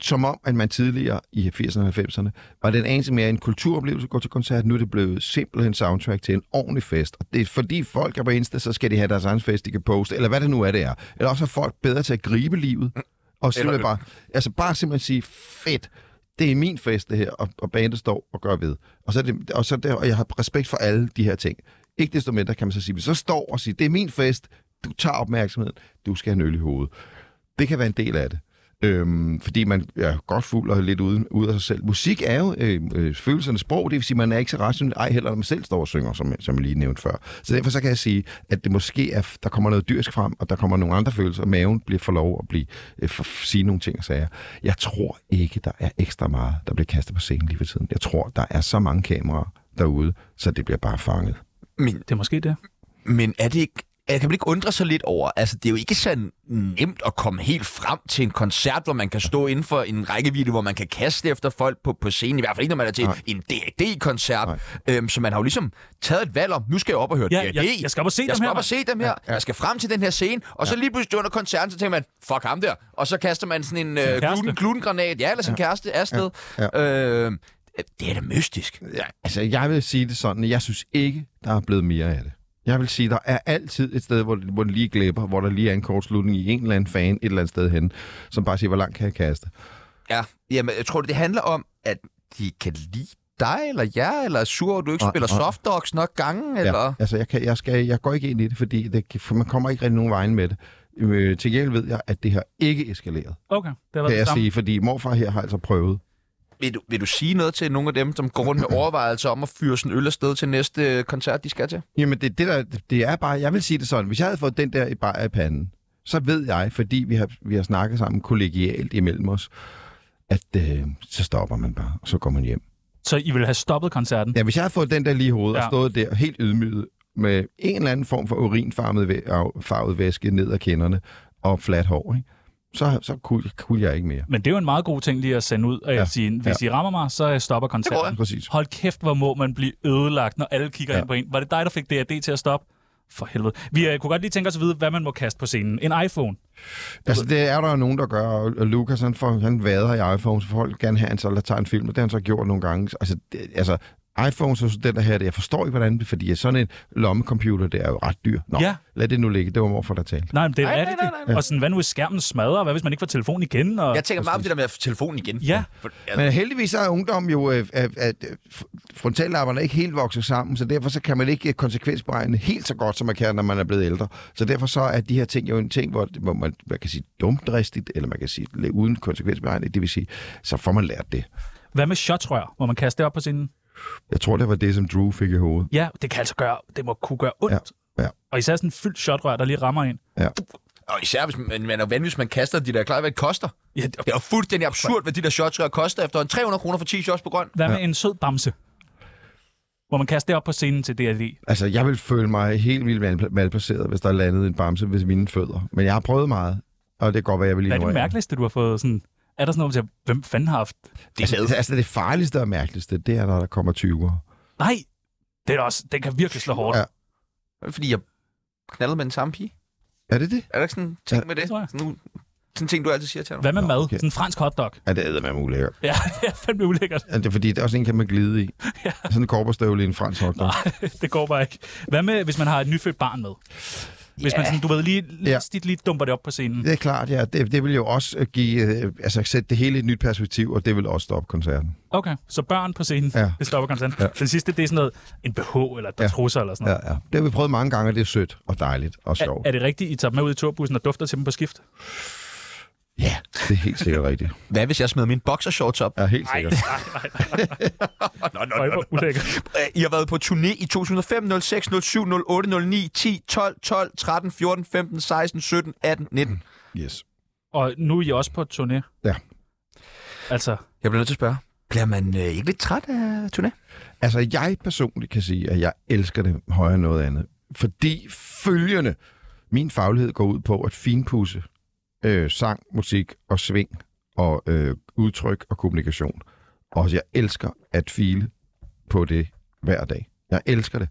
[SPEAKER 6] Som om, at man tidligere i 80'erne og 90'erne var den anelse mere en kulturoplevelse at gå til koncert. Nu er det blevet simpelthen soundtrack til en ordentlig fest. Og det er fordi folk er på Insta, så skal de have deres egen fest, de kan poste, eller hvad det nu er, det er. Eller også er folk bedre til at gribe livet. Og simpelthen bare, altså bare simpelthen sige, fedt, det er min fest det her, og, og bandet står og gør ved. Og, så er det, og, så er det, og jeg har respekt for alle de her ting. Ikke desto mindre kan man så sige, hvis jeg så står og siger, det er min fest, du tager opmærksomheden, du skal have en øl i hovedet. Det kan være en del af det. Øhm, fordi man er godt fuld og er lidt ude, ude af sig selv. Musik er jo øh, øh, følelsernes sprog, det vil sige, man er ikke så rationel, ej heller, når man selv står og synger, som, som jeg lige nævnte før. Så derfor så kan jeg sige, at det måske er, der kommer noget dyrsk frem, og der kommer nogle andre følelser, og maven bliver for lov at blive, øh, for, sige nogle ting og sager. Jeg tror ikke, der er ekstra meget, der bliver kastet på scenen lige ved tiden. Jeg tror, der er så mange kameraer derude, så det bliver bare fanget.
[SPEAKER 2] Men,
[SPEAKER 3] Det er måske det.
[SPEAKER 2] men er det ikke jeg kan man ikke undre sig lidt over, altså det er jo ikke så nemt at komme helt frem til en koncert, hvor man kan stå inden for en rækkevidde, hvor man kan kaste efter folk på, på scenen, i hvert fald ikke når man er til
[SPEAKER 6] Nej.
[SPEAKER 2] en DAD-koncert, øhm, så man har jo ligesom taget et valg om, nu skal jeg op og høre
[SPEAKER 3] Ja,
[SPEAKER 2] DAD.
[SPEAKER 3] jeg- jeg skal op og se
[SPEAKER 2] jeg
[SPEAKER 3] dem
[SPEAKER 2] skal
[SPEAKER 3] her,
[SPEAKER 2] op og se dem her, jeg skal frem til den her scene, og så lige pludselig under koncerten, så tænker man, fuck ham der, og så kaster man sådan en øh,
[SPEAKER 3] kæreste.
[SPEAKER 2] gluten, glutengranat, ja, eller sin kæreste afsted. Ja. Øh, det er da mystisk.
[SPEAKER 6] Ja, altså, jeg vil sige det sådan, at jeg synes ikke, der er blevet mere af det. Jeg vil sige, der er altid et sted, hvor, hvor den lige glipper, hvor der lige er en kortslutning i en eller anden fan et eller andet sted hen, som bare siger, hvor langt kan jeg kaste?
[SPEAKER 2] Ja, jamen, jeg tror, det handler om, at de kan lide dig eller jer, eller er sur, over, at du ikke
[SPEAKER 6] Nej,
[SPEAKER 2] spiller
[SPEAKER 6] nej.
[SPEAKER 2] softdogs nok gange,
[SPEAKER 6] Ja,
[SPEAKER 2] eller...
[SPEAKER 6] altså, jeg, kan, jeg, skal, jeg går ikke ind i det, fordi det, kan- for man kommer ikke rigtig nogen vejen med det. Øh, til gengæld ved jeg, at det har ikke eskaleret,
[SPEAKER 3] Okay, det har været
[SPEAKER 6] kan
[SPEAKER 3] det
[SPEAKER 6] jeg
[SPEAKER 3] samme.
[SPEAKER 6] sige, fordi morfar her har altså prøvet.
[SPEAKER 2] Vil du, vil du sige noget til nogle af dem, som går rundt med overvejelser om at fyre sådan øl afsted til næste øh, koncert, de skal til?
[SPEAKER 6] Jamen, det, det, der, det er bare, jeg vil sige det sådan, hvis jeg havde fået den der i bare i panden, så ved jeg, fordi vi har, vi har snakket sammen kollegialt imellem os, at øh, så stopper man bare, og så går man hjem.
[SPEAKER 3] Så I vil have stoppet koncerten?
[SPEAKER 6] Ja, hvis jeg havde fået den der lige i hovedet ja.
[SPEAKER 3] Ja.
[SPEAKER 6] og stået der helt ydmyget med en eller anden form for urinfarvet væ- af- farvet væske ned ad kinderne og flat hår, ikke? Så, så kunne, kunne jeg ikke mere.
[SPEAKER 3] Men det er jo en meget god ting lige at sende ud og ja.
[SPEAKER 6] Ja,
[SPEAKER 3] sige, hvis ja. I rammer mig, så øh, stopper
[SPEAKER 2] Det går
[SPEAKER 3] koncerten.
[SPEAKER 6] Præcis.
[SPEAKER 3] Hold kæft, hvor må man blive ødelagt, når alle kigger ja.
[SPEAKER 6] Ja.
[SPEAKER 3] ind på en. Var det dig, der fik DRD til at stoppe? For helvede. Vi øh, kunne godt lige tænke os at vide, hvad man må kaste på scenen. En iPhone.
[SPEAKER 6] Altså, det er der jo nogen, der gør, og og Lukas, han, får, han vader i iPhones, for folk vil gerne have, han så tager en film, og det har han så gjort nogle gange. Altså, det, altså iPhones og den der her, det, jeg forstår ikke, hvordan det fordi sådan en lommecomputer, det er jo ret dyr. Nå,
[SPEAKER 3] Ja.
[SPEAKER 6] ja. lad det nu ligge, det var morfar, der talte.
[SPEAKER 3] Nej, men det er
[SPEAKER 2] Nej, nej,
[SPEAKER 3] rigtigt.
[SPEAKER 2] nej, nej, nej.
[SPEAKER 3] Og sådan, hvad nu hvis skærmen smadrer? Hvad hvis man ikke får telefon igen? Og...
[SPEAKER 2] Jeg tænker meget om det der med at få telefonen igen.
[SPEAKER 3] Ja.
[SPEAKER 2] For, altså,
[SPEAKER 6] Men heldigvis er ungdom jo, øh, at, at øh, fr- frontallapperne ikke helt vokset sammen, så derfor så kan man ikke øh, konsekvensberegne helt så godt, som man kan, når man er blevet ældre. Så derfor så er de her ting jo en ting, hvor, hvor man, man kan sige dumdristigt, eller man kan sige lidt uden konsekvensberegning, det vil sige, så får man lært det.
[SPEAKER 3] Hvad med shotrør? Må man kaste det op på scenen?
[SPEAKER 6] Jeg tror, det var det, som Drew fik i hovedet.
[SPEAKER 3] Ja, det kan altså gøre, det må kunne gøre ondt.
[SPEAKER 6] Ja, ja.
[SPEAKER 3] Og især sådan en fyldt shotrør, der lige rammer en.
[SPEAKER 2] og især hvis man, man er vanvittig, hvis man kaster de der, klart hvad det koster.
[SPEAKER 3] Ja, det-
[SPEAKER 2] Det er jo fuldstændig absurd, hvad de der shots koster efter en 300 kroner for 10 shots på grøn.
[SPEAKER 3] Hvad med ja. en sød bamse? hvor man kaster det op på scenen til DRD.
[SPEAKER 6] Altså, jeg vil føle mig helt vildt mal- malplaceret, hvis der landede en bamse ved mine fødder. Men jeg har prøvet meget, og det går, hvad jeg vil
[SPEAKER 3] Hvad er
[SPEAKER 6] ignorere.
[SPEAKER 3] det mærkeligste, du har fået sådan... Er der sådan noget, hvor man siger, hvem fanden har haft?
[SPEAKER 6] Det, altså, altså, det farligste og mærkeligste, det er, når der kommer 20'ere.
[SPEAKER 3] Nej, det er da også, den kan virkelig slå hårdt.
[SPEAKER 6] Ja.
[SPEAKER 2] Er det fordi, jeg knaldede med den samme pige?
[SPEAKER 6] Er det det?
[SPEAKER 2] Er der ikke sådan en ting
[SPEAKER 6] Ja.
[SPEAKER 2] med det?
[SPEAKER 3] tror jeg.
[SPEAKER 2] Sådan, nu, sådan en ting, du altid siger til mig.
[SPEAKER 3] Hvad med mad?
[SPEAKER 6] okay.
[SPEAKER 3] Sådan en fransk hotdog.
[SPEAKER 6] Ja, det æder man ulækkert.
[SPEAKER 3] Ja, det er fandme ulækkert.
[SPEAKER 6] Ja, Det er fordi, det er også en, kan man glide i. ja. Sådan en korperstøvle i en fransk hotdog.
[SPEAKER 3] Det går bare ikke. Hvad med, hvis man har et nyfødt barn med? Hvis man sådan, du ved, lige,
[SPEAKER 6] Ja.
[SPEAKER 3] lige, stit lige dumper det op på scenen.
[SPEAKER 6] Det er klart, ja. Det, det vil jo også øh, give, øh, altså sætte det hele i et nyt perspektiv, og det vil også stoppe koncerten.
[SPEAKER 3] Okay, så børn på scenen,
[SPEAKER 6] Ja.
[SPEAKER 3] ja. det stopper konstant. Ja. Den sidste, det er sådan noget, en BH eller et par
[SPEAKER 6] Ja.
[SPEAKER 3] ja. trusser eller sådan
[SPEAKER 6] Ja,
[SPEAKER 3] noget.
[SPEAKER 6] ja. Det har vi prøvet mange gange, og det er sødt og dejligt og
[SPEAKER 3] Ja. Er,
[SPEAKER 6] sjovt.
[SPEAKER 3] er, det rigtigt, I tager dem med ud i turbussen og dufter til dem på skift?
[SPEAKER 6] Ja, det er helt sikkert rigtigt.
[SPEAKER 2] Hvad hvis jeg smed min boxershorts op?
[SPEAKER 6] Ja, helt sikkert.
[SPEAKER 2] Nå, nå,
[SPEAKER 3] Og I
[SPEAKER 2] nå, nå.
[SPEAKER 3] får ulækkert.
[SPEAKER 2] Øh, I har været på turné i 2005, 06, 07, 08, 09, 10, 12, 12, 13, 14, 15, 16, 17, 18, 19.
[SPEAKER 6] Yes.
[SPEAKER 3] Og nu er I også på turné.
[SPEAKER 6] Ja.
[SPEAKER 3] Altså,
[SPEAKER 2] Jeg bliver nødt til at spørge. Bliver man øh, ikke lidt træt af turné?
[SPEAKER 6] Altså, jeg personligt kan sige, at jeg elsker det højere end noget andet. Fordi følgende, min faglighed går ud på at finpudse øh, sang, musik og sving og øh, udtryk og kommunikation. Og jeg elsker at file på det hver dag. Jeg elsker det.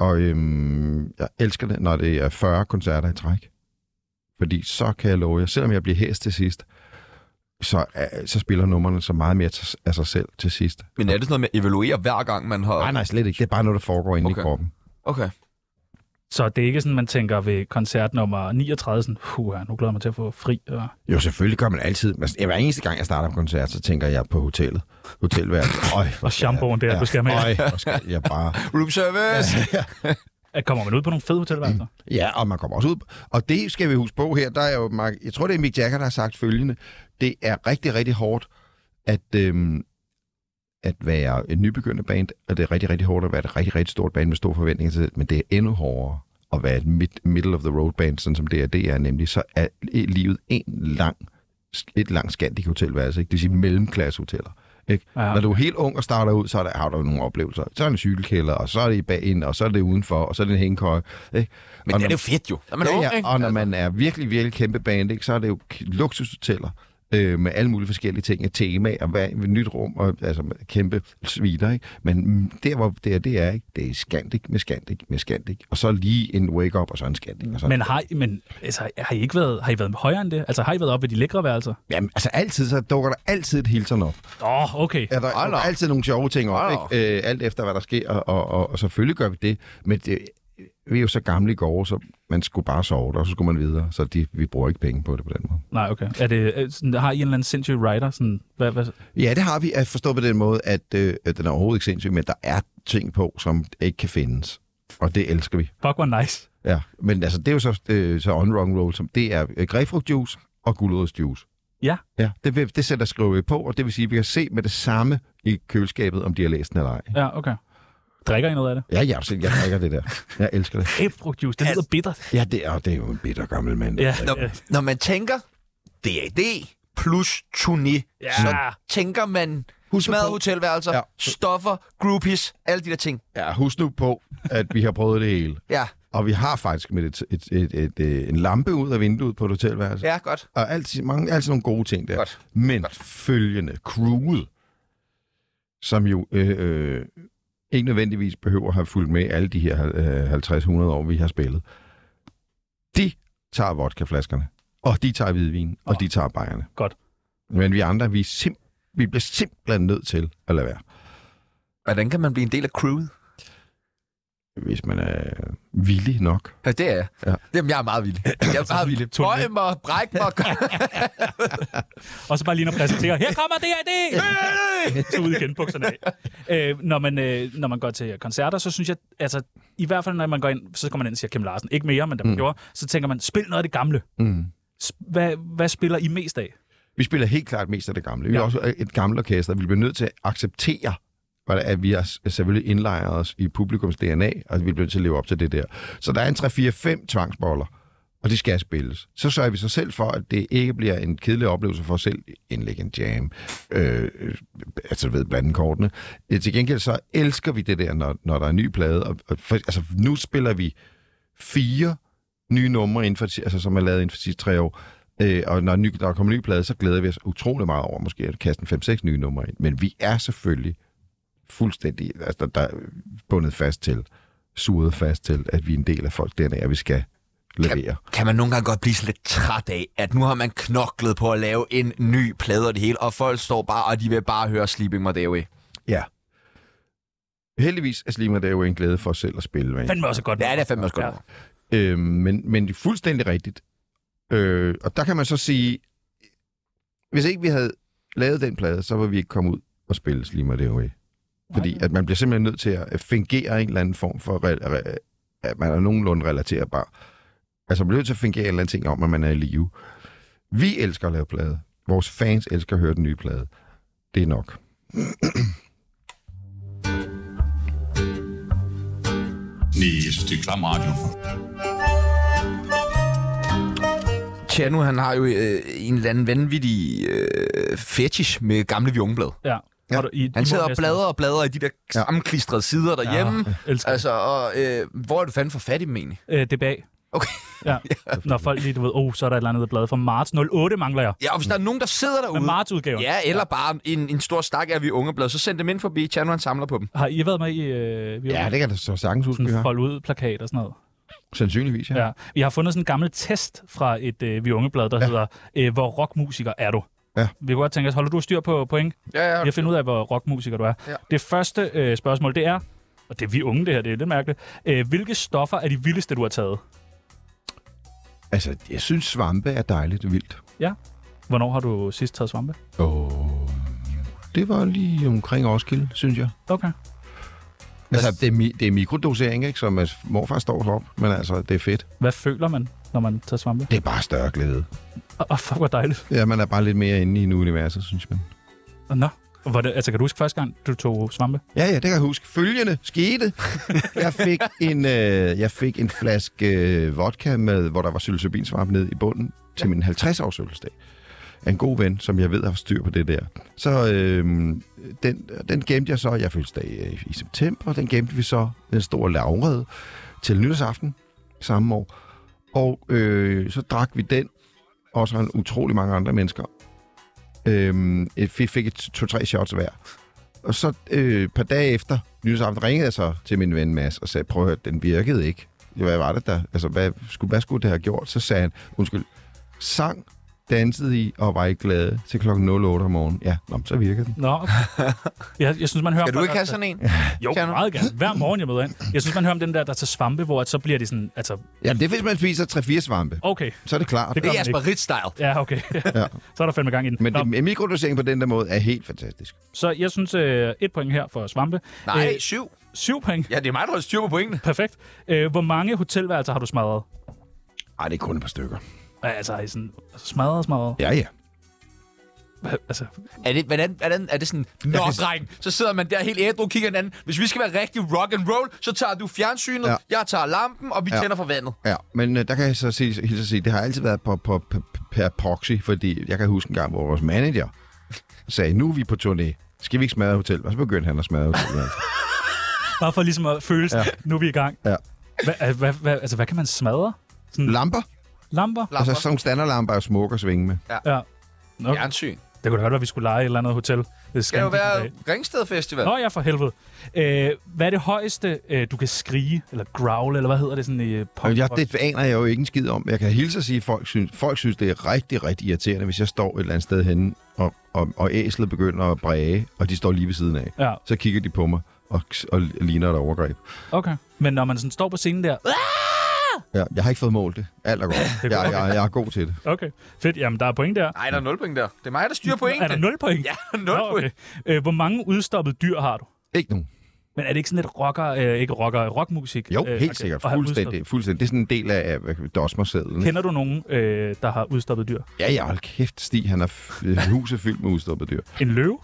[SPEAKER 6] Og øhm, jeg elsker det, når det er 40 koncerter i træk. Fordi så kan jeg love jer, selvom jeg bliver hæs til sidst, så, øh, så spiller nummerne så meget mere t- af sig selv til sidst.
[SPEAKER 2] Men er det sådan noget med at evaluere hver gang, man har...
[SPEAKER 6] Nej, nej, slet ikke. Det er bare noget, der foregår inde okay.
[SPEAKER 2] Okay.
[SPEAKER 6] i kroppen.
[SPEAKER 2] Okay.
[SPEAKER 3] så det er ikke sådan, man tænker ved koncert nummer 39, sådan, puha, nu glæder jeg mig til at få fri. Og...
[SPEAKER 6] Jo, selvfølgelig gør man altid. Men hver eneste gang, jeg starter på koncert, så tænker jeg på hotellet. Hotelværelset. Øj, hvor
[SPEAKER 3] Og
[SPEAKER 6] skal jeg-
[SPEAKER 3] shampooen der, du skal med.
[SPEAKER 6] Øj, hvor skal jeg bare...
[SPEAKER 2] Room service!
[SPEAKER 3] At Kommer man ud på nogle fede hotelværelser?
[SPEAKER 6] Ja, og man kommer også ud. Og det skal vi huske på her. Der er jo, Mark, jeg tror, det er Mick Jagger, der har sagt følgende. Det er rigtig, rigtig hårdt at, øhm, at være et nybegyndende band, og det er rigtig, rigtig hårdt at være et rigtig, rigtig stort band med store forventninger til det, men det er endnu hårdere at være et mid, middle of the road band, sådan som det er, det er nemlig, så er livet en lang, et langt skandik hotelværelse, ikke? det vil sige mellemklassehoteller. Ikke?
[SPEAKER 3] Ja.
[SPEAKER 6] Når du er helt ung og starter ud, så er der, har du nogle oplevelser. Så er det en cykelkælder, og så er det i bagen, og så er det udenfor, og så er det en hængekøje. Ikke?
[SPEAKER 2] Men
[SPEAKER 6] og
[SPEAKER 2] det
[SPEAKER 6] når-
[SPEAKER 2] er jo fedt jo. Er man ung,
[SPEAKER 6] ja,
[SPEAKER 2] ikke?
[SPEAKER 6] ja. Og når man er virkelig, virkelig kæmpe band, ikke, så er det jo k- luksushoteller øh, med alle mulige forskellige ting, og tema og hvad, et nyt rum, og altså med kæmpe sviter. Ikke? Men mm, der, hvor det er, det er, ikke? det er Scandic med Scandic med Scandic, og så lige en wake-up, og så en Scandic. Og så.
[SPEAKER 3] Men, har, I- men altså, har I ikke været, har I været højere end det? Altså, har I været oppe ved de lækre værelser?
[SPEAKER 6] Jamen, altså altid, så dukker der altid et hilton op.
[SPEAKER 3] Åh, oh, okay.
[SPEAKER 6] Ja, der
[SPEAKER 2] Hold
[SPEAKER 6] er
[SPEAKER 2] op.
[SPEAKER 6] altid nogle sjove ting op,
[SPEAKER 2] Hold
[SPEAKER 6] ikke? Øh, alt efter, hvad der sker, og, og, og selvfølgelig gør vi det, men det, vi er jo så gamle i går, så man skulle bare sove der, og så skulle man videre, så de, vi bruger ikke penge på det på den måde.
[SPEAKER 3] Nej, okay. Er det, er sådan, har I en eller anden sindssyg writer? Sådan, hvad, hvad,
[SPEAKER 6] Ja, det har vi at forstå på den måde, at, øh, at den er overhovedet ikke sindssyg, men der er ting på, som ikke kan findes. Og det elsker vi.
[SPEAKER 3] fuck, hvor nice.
[SPEAKER 6] Ja, men altså, det er jo så, øh, så on wrong roll, som det er øh, grapefrugtjuice og gulerodsjuice.
[SPEAKER 3] Ja.
[SPEAKER 6] Ja, det, vil- det sætter skrive på, og det vil sige, at vi kan se med det samme i køleskabet, om de har læst den eller ej.
[SPEAKER 3] Ja, okay. Drikker I noget af det?
[SPEAKER 6] Ja, jeg, jeg drikker det der. Jeg elsker det.
[SPEAKER 3] Æbfrugtjuice, det lyder bittert.
[SPEAKER 6] Ja, det er, det er jo en bitter gammel mand.
[SPEAKER 3] Ja,
[SPEAKER 2] Når,
[SPEAKER 3] ja.
[SPEAKER 2] når man tænker DAD plus turné,
[SPEAKER 3] Ja.
[SPEAKER 2] så tænker man
[SPEAKER 6] Husk
[SPEAKER 2] smadret
[SPEAKER 6] på-
[SPEAKER 2] hotelværelser,
[SPEAKER 6] Ja.
[SPEAKER 2] ja. stoffer, groupies, alle de der ting.
[SPEAKER 6] Ja, husk nu på, at vi har prøvet det hele.
[SPEAKER 2] Ja,
[SPEAKER 6] Og vi har faktisk med et, et, et, et, øh, en lampe ud af vinduet på et hotelværelse.
[SPEAKER 2] ja, godt.
[SPEAKER 6] Og altid, mange, altid nogle gode ting der.
[SPEAKER 2] Godt.
[SPEAKER 6] Men Godt. følgende, crewet, som jo øh, øh, ikke nødvendigvis behøver at have fulgt med alle de her øh, 50-100 år, vi har spillet, de tager vodkaflaskerne, og de tager hvidvin, og de tager bajerne.
[SPEAKER 3] Godt.
[SPEAKER 6] Men vi andre, vi, er simp- vi bliver simpelthen nødt til at lade være,
[SPEAKER 2] Hvordan kan man blive en del af crewet?
[SPEAKER 6] hvis man er villig nok.
[SPEAKER 2] Ja, det er jeg.
[SPEAKER 6] Ja.
[SPEAKER 2] Jamen, jeg er meget vild. Jeg er meget vild.
[SPEAKER 3] Turné.
[SPEAKER 2] Bøj mig, bræk mig.
[SPEAKER 3] Og så bare lige når præsentere. Her kommer D.A.D. Så ud igen, bukserne af. Øh, når, man, øh, når man går til koncerter, så synes jeg, altså i hvert fald når man går ind, så kommer man ind og siger Kim Larsen. Ikke mere, men da man mm. gjorde, så tænker man, spil noget af det gamle.
[SPEAKER 6] Mm.
[SPEAKER 3] Sp- Hvad, hvad spiller I mest af?
[SPEAKER 6] Vi spiller helt klart mest af det gamle. Vi er
[SPEAKER 3] Ja.
[SPEAKER 6] også et gammelt orkester. Vi bliver nødt til at acceptere, hvordan- at vi har s- selvfølgelig indlejret os i publikums DNA, og vi bliver nødt til at leve op til det der. Så der er en 3-4-5 tvangsboller, og det skal spilles. Så sørger vi så selv for, at det ikke bliver en kedelig oplevelse for os selv. Indlæg en jam, øh, øh, altså du ved, blande kortene. Øh, til gengæld så elsker vi det der, når, når der er en ny plade. Og, og for, altså, nu spiller vi fire nye numre, inden for, de si- altså, som er lavet inden for de sidste tre år. Øh, og når, ny, når der kommer en ny plade, så glæder vi os utrolig meget over, måske at kaste en 5-6 nye numre ind. Men vi er selvfølgelig fuldstændig altså, der, der er bundet fast til, suget fast til, at vi er en del af folk dernede, og vi skal levere. Kan...
[SPEAKER 2] kan man nogle gange godt blive sådan lidt træt af, at nu har man knoklet på at lave en ny plade og det hele, og folk står bare, og de vil bare høre Sleeping My Day Away.
[SPEAKER 6] Ja. Heldigvis er Slimer det jo en glæde for os selv at spille med.
[SPEAKER 3] Fandme også et godt.
[SPEAKER 2] Ja, det er fandme også godt.
[SPEAKER 3] Ja.
[SPEAKER 2] nummer.
[SPEAKER 6] Øh, men, men det er fuldstændig rigtigt. Øh, og der kan man så sige, hvis ikke vi havde lavet den plade, så var vi ikke kommet ud og spille Slimer det away. Fordi at man bliver simpelthen nødt til at fungere en eller anden form for, re- re- at man er nogenlunde relaterbar. Altså man bliver nødt til at fungere en eller anden ting om, at man er i live. Vi elsker at lave plade. Vores fans elsker at høre den nye plade. Det er nok.
[SPEAKER 11] Nej, jeg synes, det er klam radio.
[SPEAKER 2] Tjano, han har jo øh, en eller anden vanvittig øh, fetish med gamle vjungeblad.
[SPEAKER 3] Ja. Har du- I, I
[SPEAKER 2] Han sidder
[SPEAKER 3] må
[SPEAKER 2] og
[SPEAKER 3] næsten-
[SPEAKER 2] bladrer og bladrer i de der sammenklistrede sider derhjemme. Ja,
[SPEAKER 3] elsker
[SPEAKER 2] altså, og, øh, hvor er du fanden for fat i dem egentlig?
[SPEAKER 3] Øh, det er bag.
[SPEAKER 2] Okay.
[SPEAKER 3] Ja. Når folk lige, du ved, oh, så er der et eller andet blad fra marts 08 mangler jeg.
[SPEAKER 2] Ja, og hvis der er nogen, der sidder derude...
[SPEAKER 3] Med martsudgaven.
[SPEAKER 2] Ja, eller bare en, en stor stak af vi ungeblad, så send dem ind forbi. Tjano, han samler på dem.
[SPEAKER 3] Har I været med i øh, vi har
[SPEAKER 6] Ja, det kan da så sagtens huske, vi
[SPEAKER 3] sådan en
[SPEAKER 6] har.
[SPEAKER 3] fold ud plakat og sådan noget?
[SPEAKER 6] Sandsynligvis, ja.
[SPEAKER 3] Ja. Vi har fundet sådan en gammel test fra et øh, vi ungeblad, der ja. hedder, øh, hvor rockmusiker er du?
[SPEAKER 6] Ja.
[SPEAKER 3] Vi kunne godt tænke os, holder du styr på point?
[SPEAKER 2] Ja, ja.
[SPEAKER 3] Vi har fundet ud af, hvor rockmusiker du er.
[SPEAKER 2] Ja.
[SPEAKER 3] Det første øh, spørgsmål, det er, og det er vi unge det her, det er lidt mærkeligt, øh, hvilke stoffer er de vildeste, du har taget?
[SPEAKER 6] Altså, jeg synes, svampe er dejligt og vildt.
[SPEAKER 3] Hvornår har du sidst taget svampe?
[SPEAKER 6] Og det var lige omkring Roskilde, synes jeg.
[SPEAKER 3] Okay.
[SPEAKER 6] Altså, det er, mi- det er mikrodosering, ikke? Som altså, morfar står op, men altså, det er fedt.
[SPEAKER 3] Hvad føler man, når man tager svampe?
[SPEAKER 6] Det er bare større glæde.
[SPEAKER 3] Åh, oh, fuck, hvor dejligt.
[SPEAKER 6] Ja, man er bare lidt mere inde i en universet, synes man.
[SPEAKER 3] Nå, hvor det, altså kan du huske første gang, du tog svampe?
[SPEAKER 6] Ja, ja, det kan jeg huske. Følgende skete. Jeg fik en, øh, jeg fik en flaske øh, vodka, med, hvor der var psilocybinsvamp ned i bunden, til min 50-års fødselsdag. Af en god ven, som jeg ved har styr på det der. Så øh, den, den gemte jeg så, jeg fødselsdag øh, i september, den gemte vi så, den store lavrede, til nytårsaften samme år. Og øh, så drak vi den, og så en utrolig mange andre mennesker. Øh, vi fik et to-tre shots hver. Og så øh, et par dage efter nytårsaften ringede jeg så til min ven Mads og sagde, prøv at høre, den virkede ikke. Jo, Hvad var det der? Altså, hvad skulle, hvad skulle det have gjort? Så sagde han, undskyld, sang, dansede i og var ikke glade til klokken 08 om morgenen. Ja, nå, men så virkede den.
[SPEAKER 3] Nå, okay. jeg, jeg synes, man hører...
[SPEAKER 2] Kan
[SPEAKER 3] om
[SPEAKER 2] du ikke
[SPEAKER 3] folk,
[SPEAKER 2] have
[SPEAKER 3] der-
[SPEAKER 2] sådan en?
[SPEAKER 3] Jo,
[SPEAKER 2] Tjerno?
[SPEAKER 3] meget gerne. Hver morgen, jeg møder ind. Jeg synes, man hører om den der, der tager svampe, hvor at så bliver det sådan, altså,
[SPEAKER 6] Ja, det er, hvis man spiser 3-4 svampe.
[SPEAKER 3] okay,
[SPEAKER 6] Så er det klart.
[SPEAKER 3] Det
[SPEAKER 2] Det
[SPEAKER 3] gør
[SPEAKER 2] er
[SPEAKER 3] man
[SPEAKER 2] Jasper Ritz-style.
[SPEAKER 3] ja, okay.
[SPEAKER 6] Ja.
[SPEAKER 3] så er der fandme gang i den.
[SPEAKER 6] Men
[SPEAKER 3] Nå,
[SPEAKER 6] det, mikrodosering på den der måde er helt fantastisk.
[SPEAKER 3] Så jeg synes, øh, et point her for svampe.
[SPEAKER 2] Nej,
[SPEAKER 3] Øh,
[SPEAKER 2] syv.
[SPEAKER 3] syv point.
[SPEAKER 2] Ja, det er mig, der har styr på pointene.
[SPEAKER 3] Perfekt. Øh, hvor mange hotelværelser har du smadret?
[SPEAKER 6] Ej, det er kun et par stykker.
[SPEAKER 3] Altså, har I sådan smadret, smadret.
[SPEAKER 6] Ja, ja.
[SPEAKER 3] Hva- Altså,
[SPEAKER 2] Er det, hvordan, hvordan, er det sådan, nå dreng, så sidder man der helt ædru og kigger hinanden. Hvis vi skal være rigtig rock and roll, så tager du fjernsynet,
[SPEAKER 6] Ja.
[SPEAKER 2] ja. jeg tager lampen, og vi
[SPEAKER 6] Ja.
[SPEAKER 2] ja. tænder for vandet.
[SPEAKER 6] Ja, men øh, der kan jeg så sige, hilse at sige, det har altid været på, på, på, per proxy, fordi jeg kan huske en gang, hvor vores manager sagde, nu er vi på turné, skal vi ikke smadre hotel? Og så begyndte han at smadre hotel. altså.
[SPEAKER 3] bare for ligesom at føle, ja. nu er vi i gang.
[SPEAKER 6] Ja.
[SPEAKER 3] Hva, hva, hva, altså, hvad kan man smadre?
[SPEAKER 6] Lamper?
[SPEAKER 3] Lamper?
[SPEAKER 6] Altså, sådan nogle standardlamper er jo smukke at svinge med.
[SPEAKER 3] Ja. Nå, ja.
[SPEAKER 2] Fjernsyn.
[SPEAKER 3] Det kunne da godt være, at vi skulle lege et eller andet hotel. Det
[SPEAKER 2] Skal jo være Ringsted Festival.
[SPEAKER 3] Nå ja, for helvede. Øh, hvad er det højeste, øh, du kan skrige, eller growl, eller hvad hedder det sådan i øh, pop?
[SPEAKER 6] Og jeg, det aner jeg jo ikke en skid om. Jeg kan hilse at sige, at folk synes, folk synes, det er rigtig, rigtig irriterende, hvis jeg står et eller andet sted henne, og, og, og æslet begynder at bræge, og de står lige ved siden af.
[SPEAKER 3] Ja,
[SPEAKER 6] Så kigger de på mig og, og ligner et overgreb.
[SPEAKER 3] okay. Men når man sådan står på scenen der,
[SPEAKER 6] Ja, jeg har ikke fået målt det. Alt er godt. Jeg, jeg, jeg er god til det.
[SPEAKER 3] okay, fedt, jamen der er point der.
[SPEAKER 2] Nej, der er 0 point der. Det er mig, der styrer
[SPEAKER 3] Er
[SPEAKER 2] pointene.
[SPEAKER 3] der 0 point?
[SPEAKER 2] Ja, 0
[SPEAKER 3] Nå,
[SPEAKER 2] point.
[SPEAKER 3] okay. øh, Hvor mange udstoppede dyr har du?
[SPEAKER 6] Ikke nogen.
[SPEAKER 3] Men er det ikke sådan lidt rocker, øh, ikke rocker, rockmusik?
[SPEAKER 6] Jo,
[SPEAKER 3] øh,
[SPEAKER 6] helt sikkert.
[SPEAKER 3] at have
[SPEAKER 6] Fuldstændig, fuldstændig. Det er sådan en del af, af dosmersedlen.
[SPEAKER 3] udstoppet?
[SPEAKER 6] ikke?
[SPEAKER 3] Kender du nogen, øh, der har udstoppet dyr?
[SPEAKER 6] Ja, ja, hold kæft, Stig. Han har f- huset fyldt med udstoppet dyr.
[SPEAKER 3] En løve?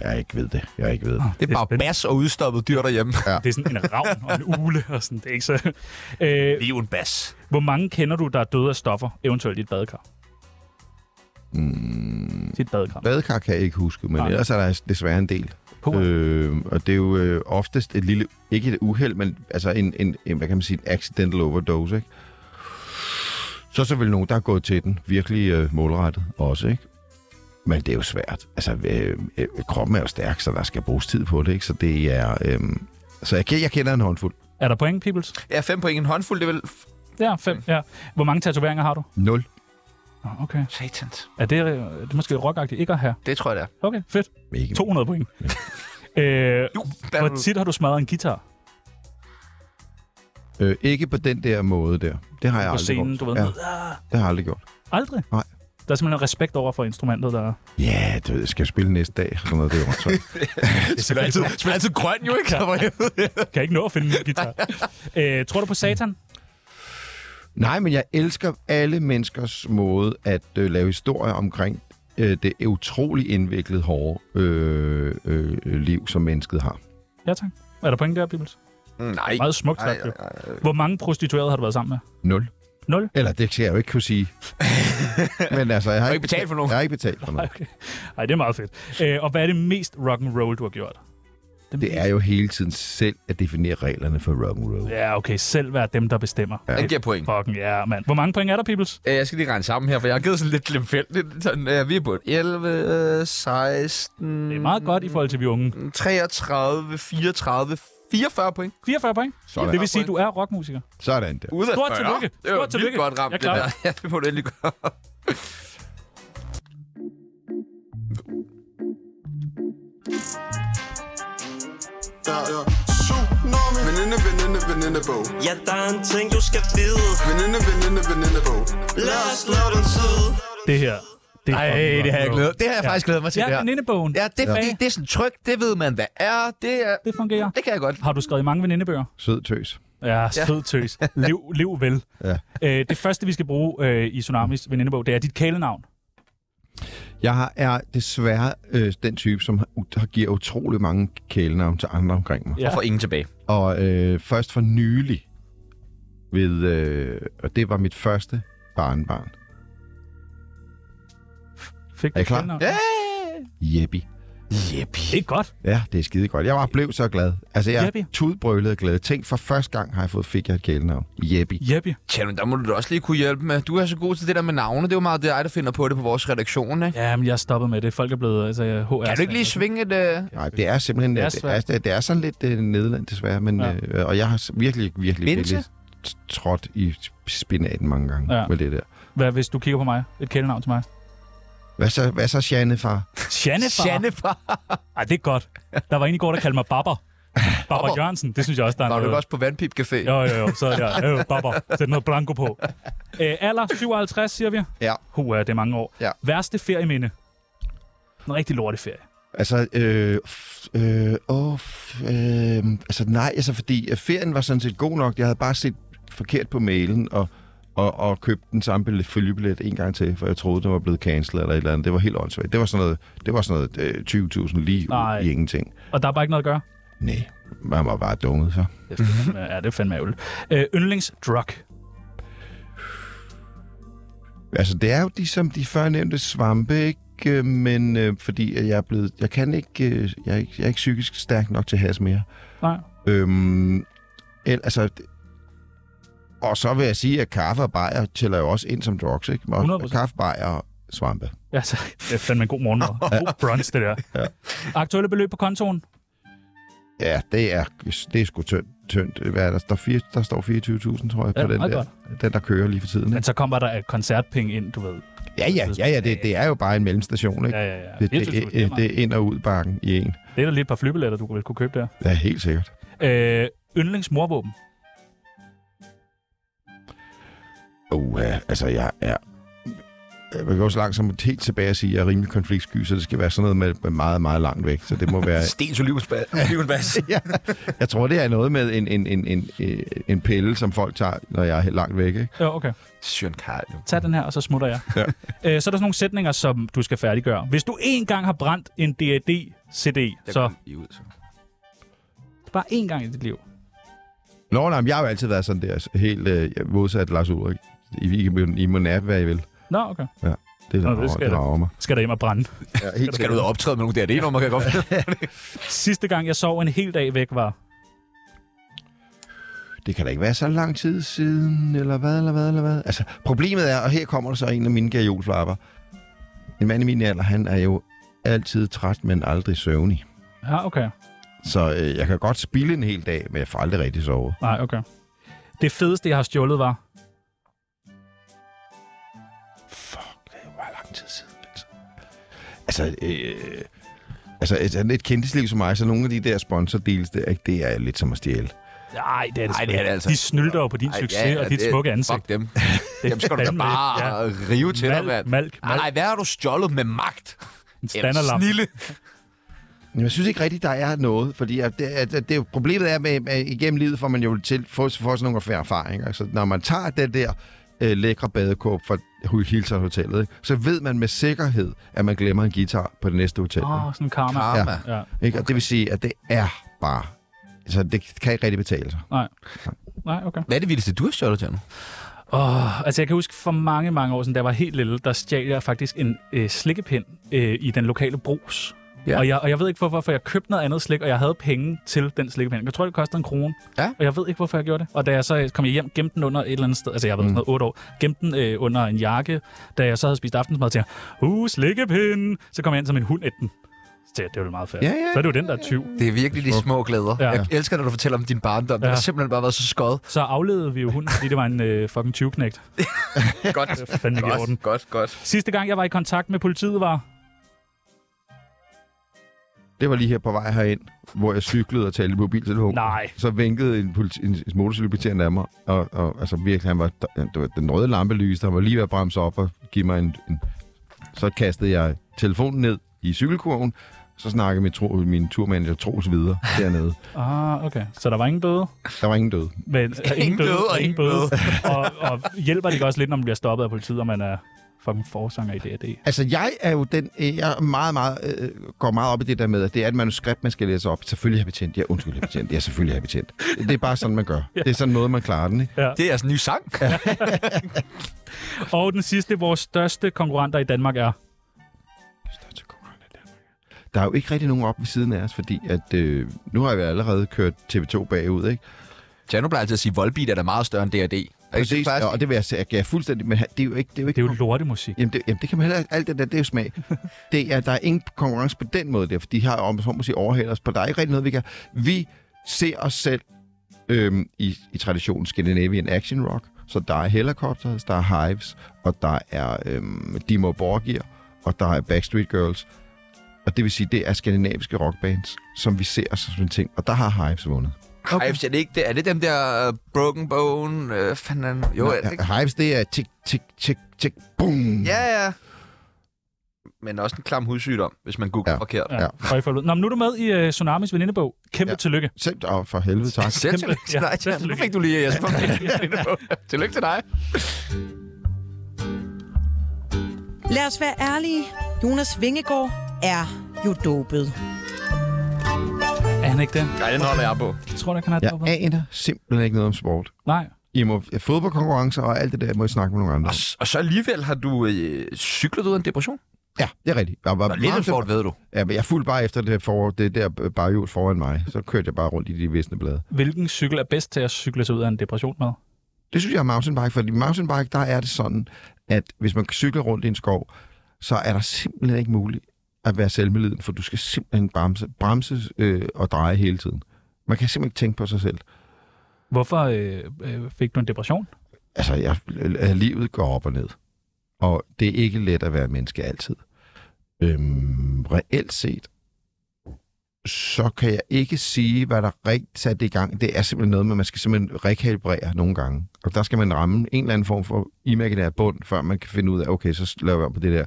[SPEAKER 6] Jeg ikke ved det. Jeg ikke ved det.
[SPEAKER 2] Det er bare bas og udstoppet dyr derhjemme.
[SPEAKER 6] Ja.
[SPEAKER 3] Det er sådan en ravn og en ule og sådan. Det er ikke så... Øh, det
[SPEAKER 2] er jo en bas.
[SPEAKER 3] Hvor mange kender du, der er døde af stoffer, eventuelt i et badekar?
[SPEAKER 6] Mm.
[SPEAKER 3] Sit badekar.
[SPEAKER 6] Badekar kan jeg ikke huske, men
[SPEAKER 3] Nej.
[SPEAKER 6] Nej. ellers er der desværre en del.
[SPEAKER 3] Puh.
[SPEAKER 6] Øh, og det er jo øh, oftest et lille, ikke et uheld, men altså en, en, en hvad kan man sige, en accidental overdose, ikke? Så er selvfølgelig nogen, der er gået til den virkelig øh, målrettet også, ikke? Men det er jo svært. Altså, øh, øh, kroppen er jo stærk, så der skal bruges tid på det, ikke? Så det er... Øh, så jeg, jeg kender en håndfuld.
[SPEAKER 3] Er der point, peoples?
[SPEAKER 2] Ja, fem point. En håndfuld, det er vel...
[SPEAKER 3] Ja, fem. Ja. Hvor mange tatoveringer har du?
[SPEAKER 6] Nul.
[SPEAKER 3] Nå, Okay.
[SPEAKER 2] Satans.
[SPEAKER 3] Er det, øh, det er måske rockagtigt ikke at have?
[SPEAKER 2] Det tror jeg, det er.
[SPEAKER 3] Okay, fedt.
[SPEAKER 6] Mega.
[SPEAKER 3] 200 point. øh,
[SPEAKER 2] der er
[SPEAKER 3] hvor
[SPEAKER 2] du-
[SPEAKER 3] tit har du smadret en guitar?
[SPEAKER 6] Øh, ikke på den der måde der. Det har jeg
[SPEAKER 3] på
[SPEAKER 6] aldrig
[SPEAKER 3] scenen,
[SPEAKER 6] gjort.
[SPEAKER 3] du ved. Ah,
[SPEAKER 6] Ja, det har jeg aldrig gjort.
[SPEAKER 3] Aldrig?
[SPEAKER 6] Nej.
[SPEAKER 3] Der er simpelthen respekt over for instrumentet, der...
[SPEAKER 6] Ja, du ved, skal jeg spille næste dag? Sådan noget, det er jo åndssvagt.
[SPEAKER 3] Det spiller altid,
[SPEAKER 2] spiller altid grøn, jo ikke?
[SPEAKER 3] kan jeg ikke nå at finde min guitar. øh, tror du på satan?
[SPEAKER 6] Nej, men jeg elsker alle menneskers måde at øh, lave historier omkring øh, det utrolig indviklede, hårde øh, øh, liv, som mennesket har.
[SPEAKER 3] Ja, tak. Er der point der, Bibels?
[SPEAKER 2] Mm, Nej.
[SPEAKER 3] Meget smukt sagt, jo. Hvor mange prostituerede har du været sammen med?
[SPEAKER 6] Nul.
[SPEAKER 3] Nul?
[SPEAKER 6] Eller det skal jeg jo ikke kunne sige. men altså, jeg har,
[SPEAKER 3] ikke betalt for nogen.
[SPEAKER 6] Jeg har ikke betalt for nogen.
[SPEAKER 3] Okay. Ej, det er meget fedt. Øh, og hvad er det mest rock'n'roll, du har gjort?
[SPEAKER 6] Det er jo hele tiden selv at definere reglerne for rock'n'roll.
[SPEAKER 3] Ja, okay. Selv være dem, der bestemmer.
[SPEAKER 6] Ja.
[SPEAKER 2] Den giver point.
[SPEAKER 3] Fucking ja, yeah, mand. Hvor mange point er der, Peoples?
[SPEAKER 2] Øh, Jeg skal lige regne sammen her, for jeg har givet sådan lidt glemfældigt. Sådan, øh, vi er på et 11, øh, 16... Det er
[SPEAKER 3] meget godt i forhold til vi unge.
[SPEAKER 2] Mm. 33, 34, 44 point.
[SPEAKER 3] 44 point?
[SPEAKER 6] Sådan.
[SPEAKER 3] Det vil sige, at du er rockmusiker.
[SPEAKER 6] Sådan der.
[SPEAKER 2] Ud af
[SPEAKER 3] Stort
[SPEAKER 2] 40.
[SPEAKER 3] tillykke.
[SPEAKER 2] Det var
[SPEAKER 3] Stort
[SPEAKER 2] vildt
[SPEAKER 3] tillykke.
[SPEAKER 2] godt ramt, det
[SPEAKER 3] Jeg klarer
[SPEAKER 2] der. Ja, det må du endelig gøre.
[SPEAKER 9] Der er tsunami Veninde, veninde, venindebog
[SPEAKER 8] Ja, der er en ting, du skal vide.
[SPEAKER 9] Veninde, veninde, venindebog
[SPEAKER 8] Lad os slå den tid.
[SPEAKER 3] Det her. Det
[SPEAKER 2] Ej, det har jeg glædet. Det har jeg faktisk glædet mig til.
[SPEAKER 3] Ja,
[SPEAKER 2] det her.
[SPEAKER 3] venindebogen.
[SPEAKER 2] Ja, det, er
[SPEAKER 3] Ja.
[SPEAKER 2] fordi, det er sådan tryk, det ved man, hvad er. Det, er,
[SPEAKER 3] Det fungerer.
[SPEAKER 2] det kan jeg godt.
[SPEAKER 3] Har du skrevet mange venindebøger?
[SPEAKER 6] Sød tøs.
[SPEAKER 3] Ja, sød tøs. Lev, lev vel.
[SPEAKER 6] Ja.
[SPEAKER 3] Øh, det første, vi skal bruge øh, i Tsunamis venindebog, det er dit kælenavn.
[SPEAKER 6] Jeg har- er desværre øh, den type, som har, har giver utrolig mange kælenavn til andre omkring mig.
[SPEAKER 2] Og får ingen tilbage.
[SPEAKER 6] Og øh, først for nylig, ved, øh, og det var mit første barnbarn,
[SPEAKER 3] Fik
[SPEAKER 6] Er I
[SPEAKER 3] du
[SPEAKER 6] klar?
[SPEAKER 3] kælenavn?
[SPEAKER 2] Ja.
[SPEAKER 6] Jeppi.
[SPEAKER 2] Jeppe.
[SPEAKER 3] Det er godt.
[SPEAKER 6] Ja, det er skide godt. Jeg var blev så glad. Altså, jeg
[SPEAKER 3] Jeppy.
[SPEAKER 6] tudbrølede glad. Tænk, for første gang har jeg fået, fik jeg et kælenavn. Jeppi.
[SPEAKER 3] Jeppe.
[SPEAKER 2] Tjerno, der må du da også lige kunne hjælpe med. Du er så god til det der med navne. Det er jo meget dig, der finder på det på vores redaktion, ikke?
[SPEAKER 3] Jamen, jeg er stoppet med det. Folk er blevet altså, HR.
[SPEAKER 2] Kan du ikke lige svinge et... Øh...
[SPEAKER 6] Nej, det er simpelthen...
[SPEAKER 3] Det
[SPEAKER 6] Det
[SPEAKER 3] er
[SPEAKER 6] er, det er,
[SPEAKER 3] svært.
[SPEAKER 6] det er sådan lidt øh, nederland, desværre. Men,
[SPEAKER 3] Ja.
[SPEAKER 6] ja. øh, og jeg har s- virkelig, virkelig,
[SPEAKER 2] Linse?
[SPEAKER 6] virkelig t- trådt i spinaten mange gange
[SPEAKER 3] Ja.
[SPEAKER 6] ja. med det der.
[SPEAKER 3] Hvad hvis du kigger på mig? Et kælenavn til mig?
[SPEAKER 6] Hvad så, hvad så Janne, far?
[SPEAKER 3] Janefar.
[SPEAKER 2] Jannefar.
[SPEAKER 3] Ej, det er godt. Der var en i går, der kaldte mig Babber. Babber
[SPEAKER 2] Babber.
[SPEAKER 3] Jørgensen. Det synes jeg også, der er
[SPEAKER 2] Var du
[SPEAKER 3] noget.
[SPEAKER 2] ikke også på Vandpipcafé?
[SPEAKER 3] Jo, jo, jo. Så ja, jo, Babber. Sæt noget blanco på. Æ, alder 57, siger vi.
[SPEAKER 6] Ja.
[SPEAKER 3] Hua, det er mange år.
[SPEAKER 6] Ja.
[SPEAKER 3] Værste ferieminde? En rigtig lorte ferie.
[SPEAKER 6] Altså, øh, f- øh, åh, f- øh, altså nej, altså fordi øh, ferien var sådan set god nok. Jeg havde bare set forkert på mailen og, og, og købt den samme billet, følgebillet en gang til, for jeg troede, den var blevet cancelet eller et eller andet. Det var helt åndssvagt. Det var sådan noget, det var sådan noget øh, 20.000 lige
[SPEAKER 3] Nej.
[SPEAKER 6] nej. i ingenting.
[SPEAKER 3] Og der er bare ikke noget at gøre.
[SPEAKER 6] Nej, man var bare dummet så.
[SPEAKER 3] Det er fandme- ja, det er fandme ærgerligt. Øh, yndlingsdrug.
[SPEAKER 6] Altså, det er jo de, som de førnævnte svampe, ikke? Øh, Men øh, fordi at jeg er blevet, jeg kan ikke, øh, jeg, er ikke, jeg er ikke psykisk stærk nok til has mere.
[SPEAKER 3] Nej.
[SPEAKER 6] Øhm, el, altså, det- og så vil jeg sige, at kaffe og bajer tæller jo også ind som drugs, ikke? Og
[SPEAKER 3] 100%.
[SPEAKER 6] Kaffe, bajer og svampe.
[SPEAKER 3] Ja, så, det er fandme en god morgenmad. God brunch, det der.
[SPEAKER 6] Ja.
[SPEAKER 3] Aktuelle beløb på kontoen?
[SPEAKER 6] Ja, det er, det er sgu tyndt. tyndt. Hvad er der? Der, fire, der står 24.000, tror jeg,
[SPEAKER 3] Ja,
[SPEAKER 6] på den
[SPEAKER 3] meget
[SPEAKER 6] der, den, der kører lige for tiden.
[SPEAKER 3] Men
[SPEAKER 6] Ikke?
[SPEAKER 3] så kommer der et koncertpenge ind, du ved.
[SPEAKER 6] Ja, ja, ja, ja det, det er jo bare en mellemstation, ikke?
[SPEAKER 3] Ja, ja, ja.
[SPEAKER 6] Det, det,
[SPEAKER 3] 24.000, det
[SPEAKER 6] det,
[SPEAKER 3] er
[SPEAKER 6] det,
[SPEAKER 3] meget.
[SPEAKER 6] det er ind og ud bakken i en.
[SPEAKER 3] Det er da lige et par flybilletter, du vel kunne købe der.
[SPEAKER 6] Ja, helt sikkert.
[SPEAKER 3] Øh, yndlingsmorvåben.
[SPEAKER 6] Uh, altså, jeg er... Jeg vil gå så langt som helt tilbage og sige, at jeg er rimelig konfliktsky, så det skal være sådan noget med- med meget, meget langt væk. Så det må være...
[SPEAKER 2] Stens Olivenbas.
[SPEAKER 6] ja. Jeg tror, det er noget med en, en, en, en, øh, en pille, som folk tager, når jeg er helt langt væk. Ikke?
[SPEAKER 3] Ja, okay.
[SPEAKER 2] Sjøen Karl. nu.
[SPEAKER 3] Tag den her, og så smutter jeg. Ja. Øh, så er der sådan nogle sætninger, som du skal færdiggøre. Hvis du en gang har brændt en DAD CD.
[SPEAKER 6] Der
[SPEAKER 3] Så
[SPEAKER 6] kom
[SPEAKER 2] ud, så.
[SPEAKER 3] bare én gang i dit liv.
[SPEAKER 6] Nå, nej, men jeg har jo altid været sådan der, helt øh, modsat Lars Ulrik. I, I, må- I må nappe, hvad I vil.
[SPEAKER 3] Nå, okay.
[SPEAKER 6] Ja, det
[SPEAKER 3] Nå,
[SPEAKER 6] er
[SPEAKER 3] det
[SPEAKER 6] det,
[SPEAKER 3] skal
[SPEAKER 6] det
[SPEAKER 3] der-
[SPEAKER 6] rager mig.
[SPEAKER 3] Skal der hjem og brænde.
[SPEAKER 6] Ja, helt
[SPEAKER 2] Skal du ud og optræde med nogle der? Det er nummer, kan jeg godt
[SPEAKER 3] Sidste gang, jeg sov en hel dag væk, var...
[SPEAKER 6] det kan da ikke være så lang tid siden, eller hvad, eller hvad, eller hvad. Altså, problemet er, og her kommer der så en af mine gajolflapper. En mand i min alder, han er jo altid træt, men aldrig søvnig.
[SPEAKER 3] Ja, okay.
[SPEAKER 6] Så øh, jeg kan godt spille en hel dag, men jeg får aldrig rigtig sovet.
[SPEAKER 3] Nej, okay. Det fedeste, jeg har stjålet, var...
[SPEAKER 6] Altså, øh, altså et, et kendtisliv som mig, så nogle af de der sponsordeals, det, er- det er lidt som at stjæle.
[SPEAKER 3] Nej, det er det,
[SPEAKER 2] Ej,
[SPEAKER 3] sgu
[SPEAKER 2] det er
[SPEAKER 3] ikke.
[SPEAKER 2] det altså.
[SPEAKER 3] De snylter jo på din
[SPEAKER 2] Ej,
[SPEAKER 3] succes
[SPEAKER 2] ja, ja,
[SPEAKER 3] og dit
[SPEAKER 2] det-
[SPEAKER 3] smukke ansigt.
[SPEAKER 2] Fuck dem.
[SPEAKER 3] Det
[SPEAKER 2] Jamen, skal du da
[SPEAKER 3] fandme-
[SPEAKER 2] bare
[SPEAKER 3] ja.
[SPEAKER 2] rive til dig,
[SPEAKER 3] Malk,
[SPEAKER 2] mand.
[SPEAKER 3] Malk,
[SPEAKER 2] Nej, nej, hvad har du stjålet med magt? En
[SPEAKER 3] standerlamp.
[SPEAKER 2] Snille.
[SPEAKER 6] Men jeg synes ikke rigtigt, der er noget, fordi at det, at det, det, problemet er, med, med, igennem livet får man jo til, får, får sådan nogle færre erfaringer. Så når man tager den der øh, lækre badekåb fra Hu- Hilton Hotellet, ikke, så ved man med sikkerhed, at man glemmer en guitar på det næste hotel.
[SPEAKER 3] Åh, sådan en karma.
[SPEAKER 6] Karma.
[SPEAKER 3] Ja. ja.
[SPEAKER 6] Ikke? Og det vil sige, at det er bare... Så det kan ikke rigtig betale sig.
[SPEAKER 3] Nej. Nej, okay.
[SPEAKER 2] Hvad er det vildeste, du har stjålet til nu?
[SPEAKER 3] Oh, altså, jeg kan huske for mange, mange år siden, da jeg var helt lille, der stjal jeg faktisk en øh, slikkepind øh, i den lokale brus.
[SPEAKER 2] Ja.
[SPEAKER 3] Ja. Og, jeg, og jeg ved ikke hvorfor, for jeg købte noget andet slik, og jeg havde penge til den slikkepind. Jeg tror, det kostede en krone.
[SPEAKER 2] Ja.
[SPEAKER 3] Og jeg ved ikke, hvorfor jeg gjorde det. Og da jeg så øh, kom hjem, gemte den under et eller andet sted, altså jeg har været mm. sådan noget 8 år, gemte den øh, under en jakke, da jeg så havde spist aftensmad, tænkte jeg, uh, slikkepind! Så kom jeg ind, som en hund ætte den. Så tænkte jeg, det er jo meget fedt.
[SPEAKER 2] Ja, ja,
[SPEAKER 3] så er det jo den, der er 20.
[SPEAKER 2] Det er virkelig de små glæder.
[SPEAKER 3] Ja.
[SPEAKER 2] Jeg elsker, når du fortæller om din barndom. Ja. Det
[SPEAKER 3] Ja.
[SPEAKER 2] har simpelthen bare været så skød.
[SPEAKER 3] Så afledede vi jo hunden, fordi det var en øh, fucking 20-knægt.
[SPEAKER 2] Godt.
[SPEAKER 3] Fandme ikke i orden.
[SPEAKER 2] godt, godt, godt.
[SPEAKER 3] Sidste gang, jeg var i kontakt med politiet, var...
[SPEAKER 6] Det var lige her på vej herind, hvor jeg cyklede og talte i mobiltelefon.
[SPEAKER 3] Nej.
[SPEAKER 6] Så vinkede en, politi- en motorcykelbetjent af mig, og, og altså virkelig, han var, det var den røde lampe lyste, han var lige ved at bremse op og give mig en, en... Så kastede jeg telefonen ned i cykelkurven, så snakkede min, tro, min turmanager Troels videre dernede.
[SPEAKER 3] Ah, okay. Så der var ingen bøde?
[SPEAKER 6] Der var ingen død.
[SPEAKER 3] Men,
[SPEAKER 2] Ingen bøde og ingen
[SPEAKER 3] og, og hjælper det ikke også lidt, når man bliver stoppet af politiet, og man er fucking forsanger i D&D?
[SPEAKER 6] Altså, jeg er jo den, øh, jeg er meget, meget, øh, går meget op i det der med, at det er et manuskript, man skal læse op. Selvfølgelig er jeg betjent. Ja, undskyld, jeg er betjent. Ja, selvfølgelig er jeg betjent. Det er bare sådan, man gør. Det er sådan en måde, man klarer den, ikke?
[SPEAKER 3] Ja.
[SPEAKER 2] Det er altså en ny sang.
[SPEAKER 3] Og den sidste, vores største konkurrenter i Danmark er...
[SPEAKER 6] der er jo ikke rigtig nogen op ved siden af os, fordi at, øh, nu har vi allerede kørt TV2 bagud, ikke?
[SPEAKER 2] Tjerno plejer altid at sige, Volbeat er da meget større end D&D.
[SPEAKER 6] Præcis, og, og det vil jeg sige, jeg er fuldstændig, men det er jo ikke... Det er jo, ikke
[SPEAKER 3] Det er jo lortemusik.
[SPEAKER 6] Jamen det, jamen, det kan man heller ikke. Alt det der, det er jo smag. Det er, der er ingen konkurrence på den måde der, for de har om så må sige, overhalet os på. Der er ikke rigtig noget, vi kan... Vi ser os selv øhm, i, i traditionen Scandinavian Action Rock, så der er Helicopters, der er Hives, og der er øhm, Dimo Borgir, og der er Backstreet Girls. Og det vil sige, det er skandinaviske rockbands, som vi ser os som en ting. Og der har Hives vundet.
[SPEAKER 2] Okay. Hives, er det ikke det? Er det dem der uh, Broken Bone? Øh, fanden, er det- jo, Nej, er det ikke?
[SPEAKER 6] Hives, det er tik, tik, tik, tik, boom.
[SPEAKER 2] Ja, ja. Men også en klam hudsygdom, hvis man googler ja. forkert.
[SPEAKER 3] Ja. Højforlød. Nå, men nu er du med i uh, Tsunamis venindebog. Kæmpe ja. tillykke.
[SPEAKER 6] Selv, og for helvede, tak.
[SPEAKER 2] Selv tillykke til
[SPEAKER 3] Ja,
[SPEAKER 2] dig, Jan. Nu
[SPEAKER 3] tillykke.
[SPEAKER 2] fik du lige Jesper. tillykke til dig.
[SPEAKER 12] Lad os være ærlige. Jonas Vingegaard er jo dopet.
[SPEAKER 3] Er han ikke det?
[SPEAKER 2] Nej, den holder jeg på.
[SPEAKER 3] Jeg tror, der kan have
[SPEAKER 6] Jeg
[SPEAKER 3] droppet.
[SPEAKER 6] aner simpelthen ikke noget om sport.
[SPEAKER 3] Nej.
[SPEAKER 6] I må fodboldkonkurrencer og alt det der, må I snakke med nogle andre.
[SPEAKER 2] Og, s- og så alligevel har du øh, cyklet ud af en depression.
[SPEAKER 6] Ja, det er rigtigt. Jeg var
[SPEAKER 2] Nå, lidt om
[SPEAKER 6] meget-
[SPEAKER 2] sport, ved du.
[SPEAKER 6] Ja, men jeg fulgte bare efter det, for, det der baghjul foran mig. Så kørte jeg bare rundt i de visne blade.
[SPEAKER 3] Hvilken cykel er bedst til at cykle sig ud af en depression med?
[SPEAKER 6] Det synes jeg er mountainbike, fordi mountainbike, der er det sådan, at hvis man cykler rundt i en skov, så er der simpelthen ikke muligt at være selvmeliden, for du skal simpelthen bremse, bremse øh, og dreje hele tiden. Man kan simpelthen ikke tænke på sig selv.
[SPEAKER 3] Hvorfor øh, øh, fik du en depression?
[SPEAKER 6] altså, jeg, øh, livet går op og ned. Og det er ikke let at være menneske altid. Øhm, reelt set, så kan jeg ikke sige, hvad der rigtig satte det i gang. Det er simpelthen noget med, at man skal simpelthen rekalibrere nogle gange. Og der skal man ramme en eller anden form for imaginær bund, før man kan finde ud af, okay, så laver vi om på det der.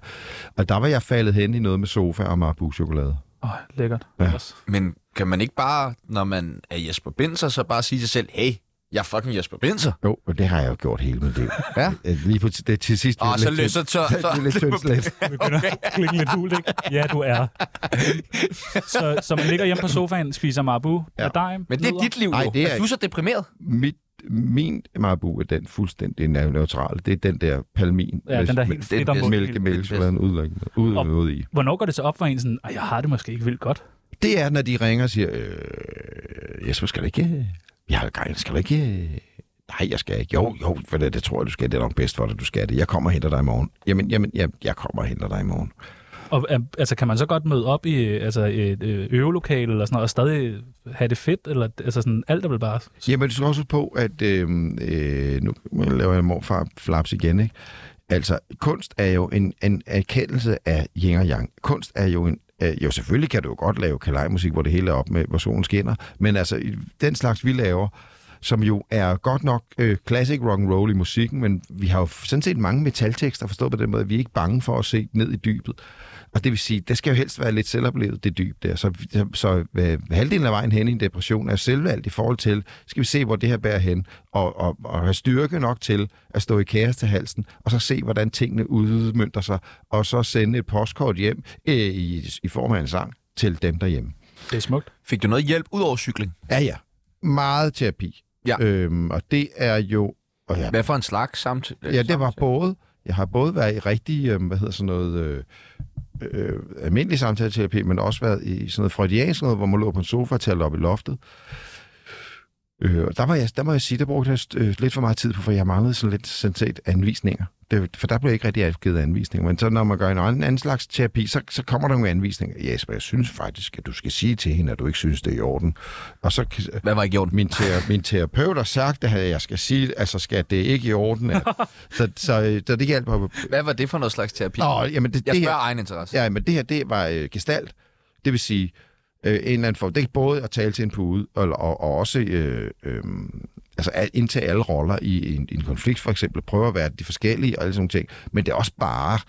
[SPEAKER 6] Og der var jeg faldet hen i noget med sofa og marabu-chokolade.
[SPEAKER 3] Åh, oh, lækkert.
[SPEAKER 6] Ja.
[SPEAKER 3] Ja.
[SPEAKER 2] Men kan man ikke bare, når man er Jesper Binser, så bare sige til sig selv, hey, Jeg er fucking Jesper Binser.
[SPEAKER 6] Jo, og det har jeg jo gjort hele mit liv. ja. Lige på det, til sidst.
[SPEAKER 2] Åh,
[SPEAKER 6] det
[SPEAKER 2] så
[SPEAKER 6] er lidt
[SPEAKER 2] løs- så tør-
[SPEAKER 6] tyndt. Det er
[SPEAKER 2] så-
[SPEAKER 6] lidt tyndt slet.
[SPEAKER 3] Okay. Klikke lidt hul, ikke? Ja, du er. Så, så man ligger hjemme på sofaen, spiser marabu ja. med dig. nyder.
[SPEAKER 6] Nej, det er, ikke.
[SPEAKER 2] deprimeret?
[SPEAKER 6] Mit, min marabu er den fuldstændig neu- neutrale. Det er den der palmin.
[SPEAKER 3] Ja, den der helt frit om
[SPEAKER 6] om
[SPEAKER 3] munden.
[SPEAKER 6] mælke, mælkesoladen udlæggende. Ud,
[SPEAKER 3] Og-
[SPEAKER 6] ude i.
[SPEAKER 3] Hvornår går det så op for en sådan, "Ej, jeg har det måske ikke vildt godt?
[SPEAKER 6] Det er, når de ringer og siger, øh, Jesper, skal du ikke... øh, Jeg har gang, skal du ikke... øh, Nej, jeg skal ikke. Jo, jo, for det, det tror jeg, du skal. Det er nok bedst for dig, du skal det. Jeg kommer og henter dig i morgen. Jamen, jamen, jeg, jeg kommer og henter dig i morgen.
[SPEAKER 3] Og øh, altså, kan man så godt møde op i øh, altså, et øh, øvelokale eller sådan noget, og stadig have det fedt? Eller, altså sådan, alt er vel bare...
[SPEAKER 6] Jamen, du skal også huske på, at øh, øh, nu laver jeg morfar flaps igen, ikke? Altså, kunst er jo en, en erkendelse af yin og yang. Kunst er jo en øh, jo, selvfølgelig kan du jo godt lave kalejmusik, hvor det hele er op med, hvor solen skinner, men altså, i- den slags, vi laver, som jo er godt nok øh, classic rock and roll i musikken, men vi har jo sådan set mange metaltekster forstået på den måde, at vi er ikke bange for at se ned i dybet. Og det vil sige, det skal jo helst være lidt selvoplevet, det dyb der. Så, så, så øh, halvdelen af vejen hen i en depression er selvvalgt i forhold til, skal vi se, hvor det her bærer hen, og, og, og have styrke nok til at stå i kaos til halsen, og så se, hvordan tingene udmyndter sig, og så sende et postkort hjem øh, i, i form af en sang til dem derhjemme.
[SPEAKER 3] Det er smukt.
[SPEAKER 2] Fik du noget hjælp ud over cykling?
[SPEAKER 6] Ja, ja. Meget terapi.
[SPEAKER 2] Ja.
[SPEAKER 6] Øhm, og det er jo... Og ja,
[SPEAKER 2] Hvad for en slags samtale?
[SPEAKER 6] Ja, det var både. Jeg har både været i rigtig, øh, hvad hedder sådan noget, øh, øh, almindelig samtaleterapi, men også været i sådan noget freudiansk noget, hvor man lå på en sofa og talte op i loftet. Øh, og der, var jeg, der må jeg sige, der brugte jeg øh, lidt for meget tid på, for jeg manglede sådan lidt sådan set anvisninger. Det, for der blev ikke rigtig givet anvisninger. Men så når man gør en anden, anden slags terapi, så, så kommer der nogle anvisninger. Jesper, jeg synes faktisk, at du skal sige til hende, at du ikke synes, det er i orden. Og så,
[SPEAKER 2] Hvad var ikke i orden?
[SPEAKER 6] Min, ter, min terapeut har sagt, at jeg skal sige, altså skal det ikke i orden. At, så, så, øh, så det hjalp at
[SPEAKER 2] Hvad var det for noget slags terapi?
[SPEAKER 6] Nå, jamen det,
[SPEAKER 2] jeg
[SPEAKER 6] det
[SPEAKER 2] spørger
[SPEAKER 6] her-
[SPEAKER 2] egen interesse.
[SPEAKER 6] Ja, men det her, det var øh, gestalt. Det vil sige, øh, en eller anden form. Det er både at tale til en pude, og, og, og også øh, øh, altså, al- indtage alle roller i en, i en konflikt, for eksempel. Prøve at være de forskellige og alle sådan nogle ting. Men det er også bare,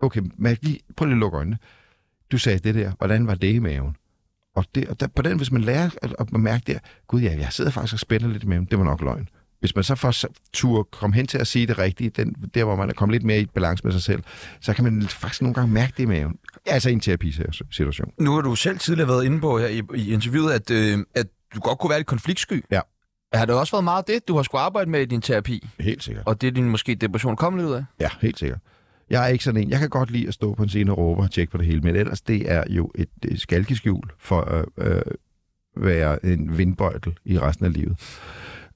[SPEAKER 6] okay, Mads, lige, prøv lige at lukke øjnene. Du sagde det der, hvordan var det i maven? Og, det, og der, på den, hvis man lærer at, at mærke der, gud ja, jeg sidder faktisk og spænder lidt i maven, det var nok løgn. Hvis man så først turde komme hen til at sige det rigtige, den, der hvor man er kommet lidt mere i balance med sig selv, så kan man faktisk nogle gange mærke det i maven. Altså i en terapisituation.
[SPEAKER 2] Nu har du selv tidligere været inde på her i, i interviewet, at, øh, at du godt kunne være lidt konfliktsky.
[SPEAKER 6] Ja.
[SPEAKER 2] Har det også været meget det, du har skulle arbejde med i din terapi?
[SPEAKER 6] Helt sikkert.
[SPEAKER 2] Og det er din måske depression kom lidt ud af?
[SPEAKER 6] Ja, helt sikkert. Jeg er ikke sådan en. Jeg kan godt lide at stå på en scene og råbe og tjekke på det hele, men ellers det er jo et, et skalkeskjul for at øh, være en vindbøjtel i resten af livet.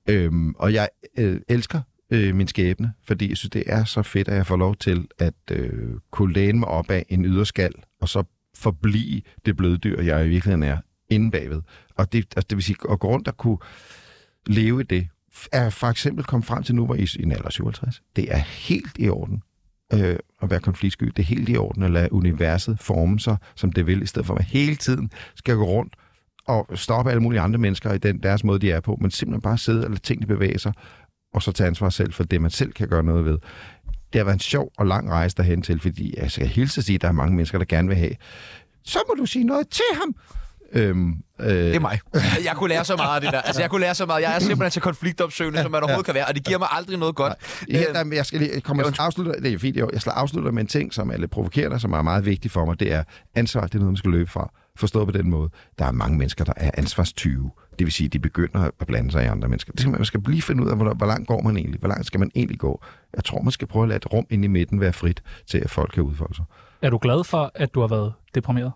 [SPEAKER 6] Øhm, og jeg øh, elsker øh, min skæbne, fordi jeg synes, det er så fedt, at jeg får lov til at øh, kunne læne mig op af en yderskal, og så forblive det bløddyr, jeg i virkeligheden er, inde bagved. Og det, altså, det vil sige, at gå rundt og kunne leve i det, er for eksempel kommet frem til nu, hvor I i en alder af 57. Det er helt i orden øh, at være konfliktsky. Det er helt i orden at lade universet forme sig, som det vil, i stedet for at man hele tiden skal gå rundt og stoppe alle mulige andre mennesker i den, deres måde, de er på, men simpelthen bare sidde og lade tingene bevæge sig, og så tage ansvar selv for det, man selv kan gøre noget ved. Det har været en sjov og lang rejse derhen til, fordi altså, jeg hilser at sige, at der er mange mennesker, der gerne vil have. Så må du sige noget til ham! Øhm, øh, det
[SPEAKER 2] er mig. Jeg kunne lære så meget af det der. Altså, jeg kunne lære så meget. Jeg er simpelthen så konfliktopsøgende, som man overhovedet kan være, og det giver mig aldrig noget godt.
[SPEAKER 6] Ja, der, men jeg skal lige, jeg kommer jeg afslutter, det er fint, jo. jeg skal afslutte med en ting, som er lidt provokerende, som er meget vigtig for mig. Det er, ansvar det er noget, man skal løbe fra. Forstået på den måde, der er mange mennesker, der er ansvarstyve. Det vil sige, de begynder at blande sig i andre mennesker. Det skal man, man skal lige finde ud af, hvor, hvor langt går man egentlig? Hvor langt skal man egentlig gå? Jeg tror, man skal prøve at lade et rum ind i midten være frit, til at folk kan udfolde sig.
[SPEAKER 3] Er du glad for, at du har været deprimeret?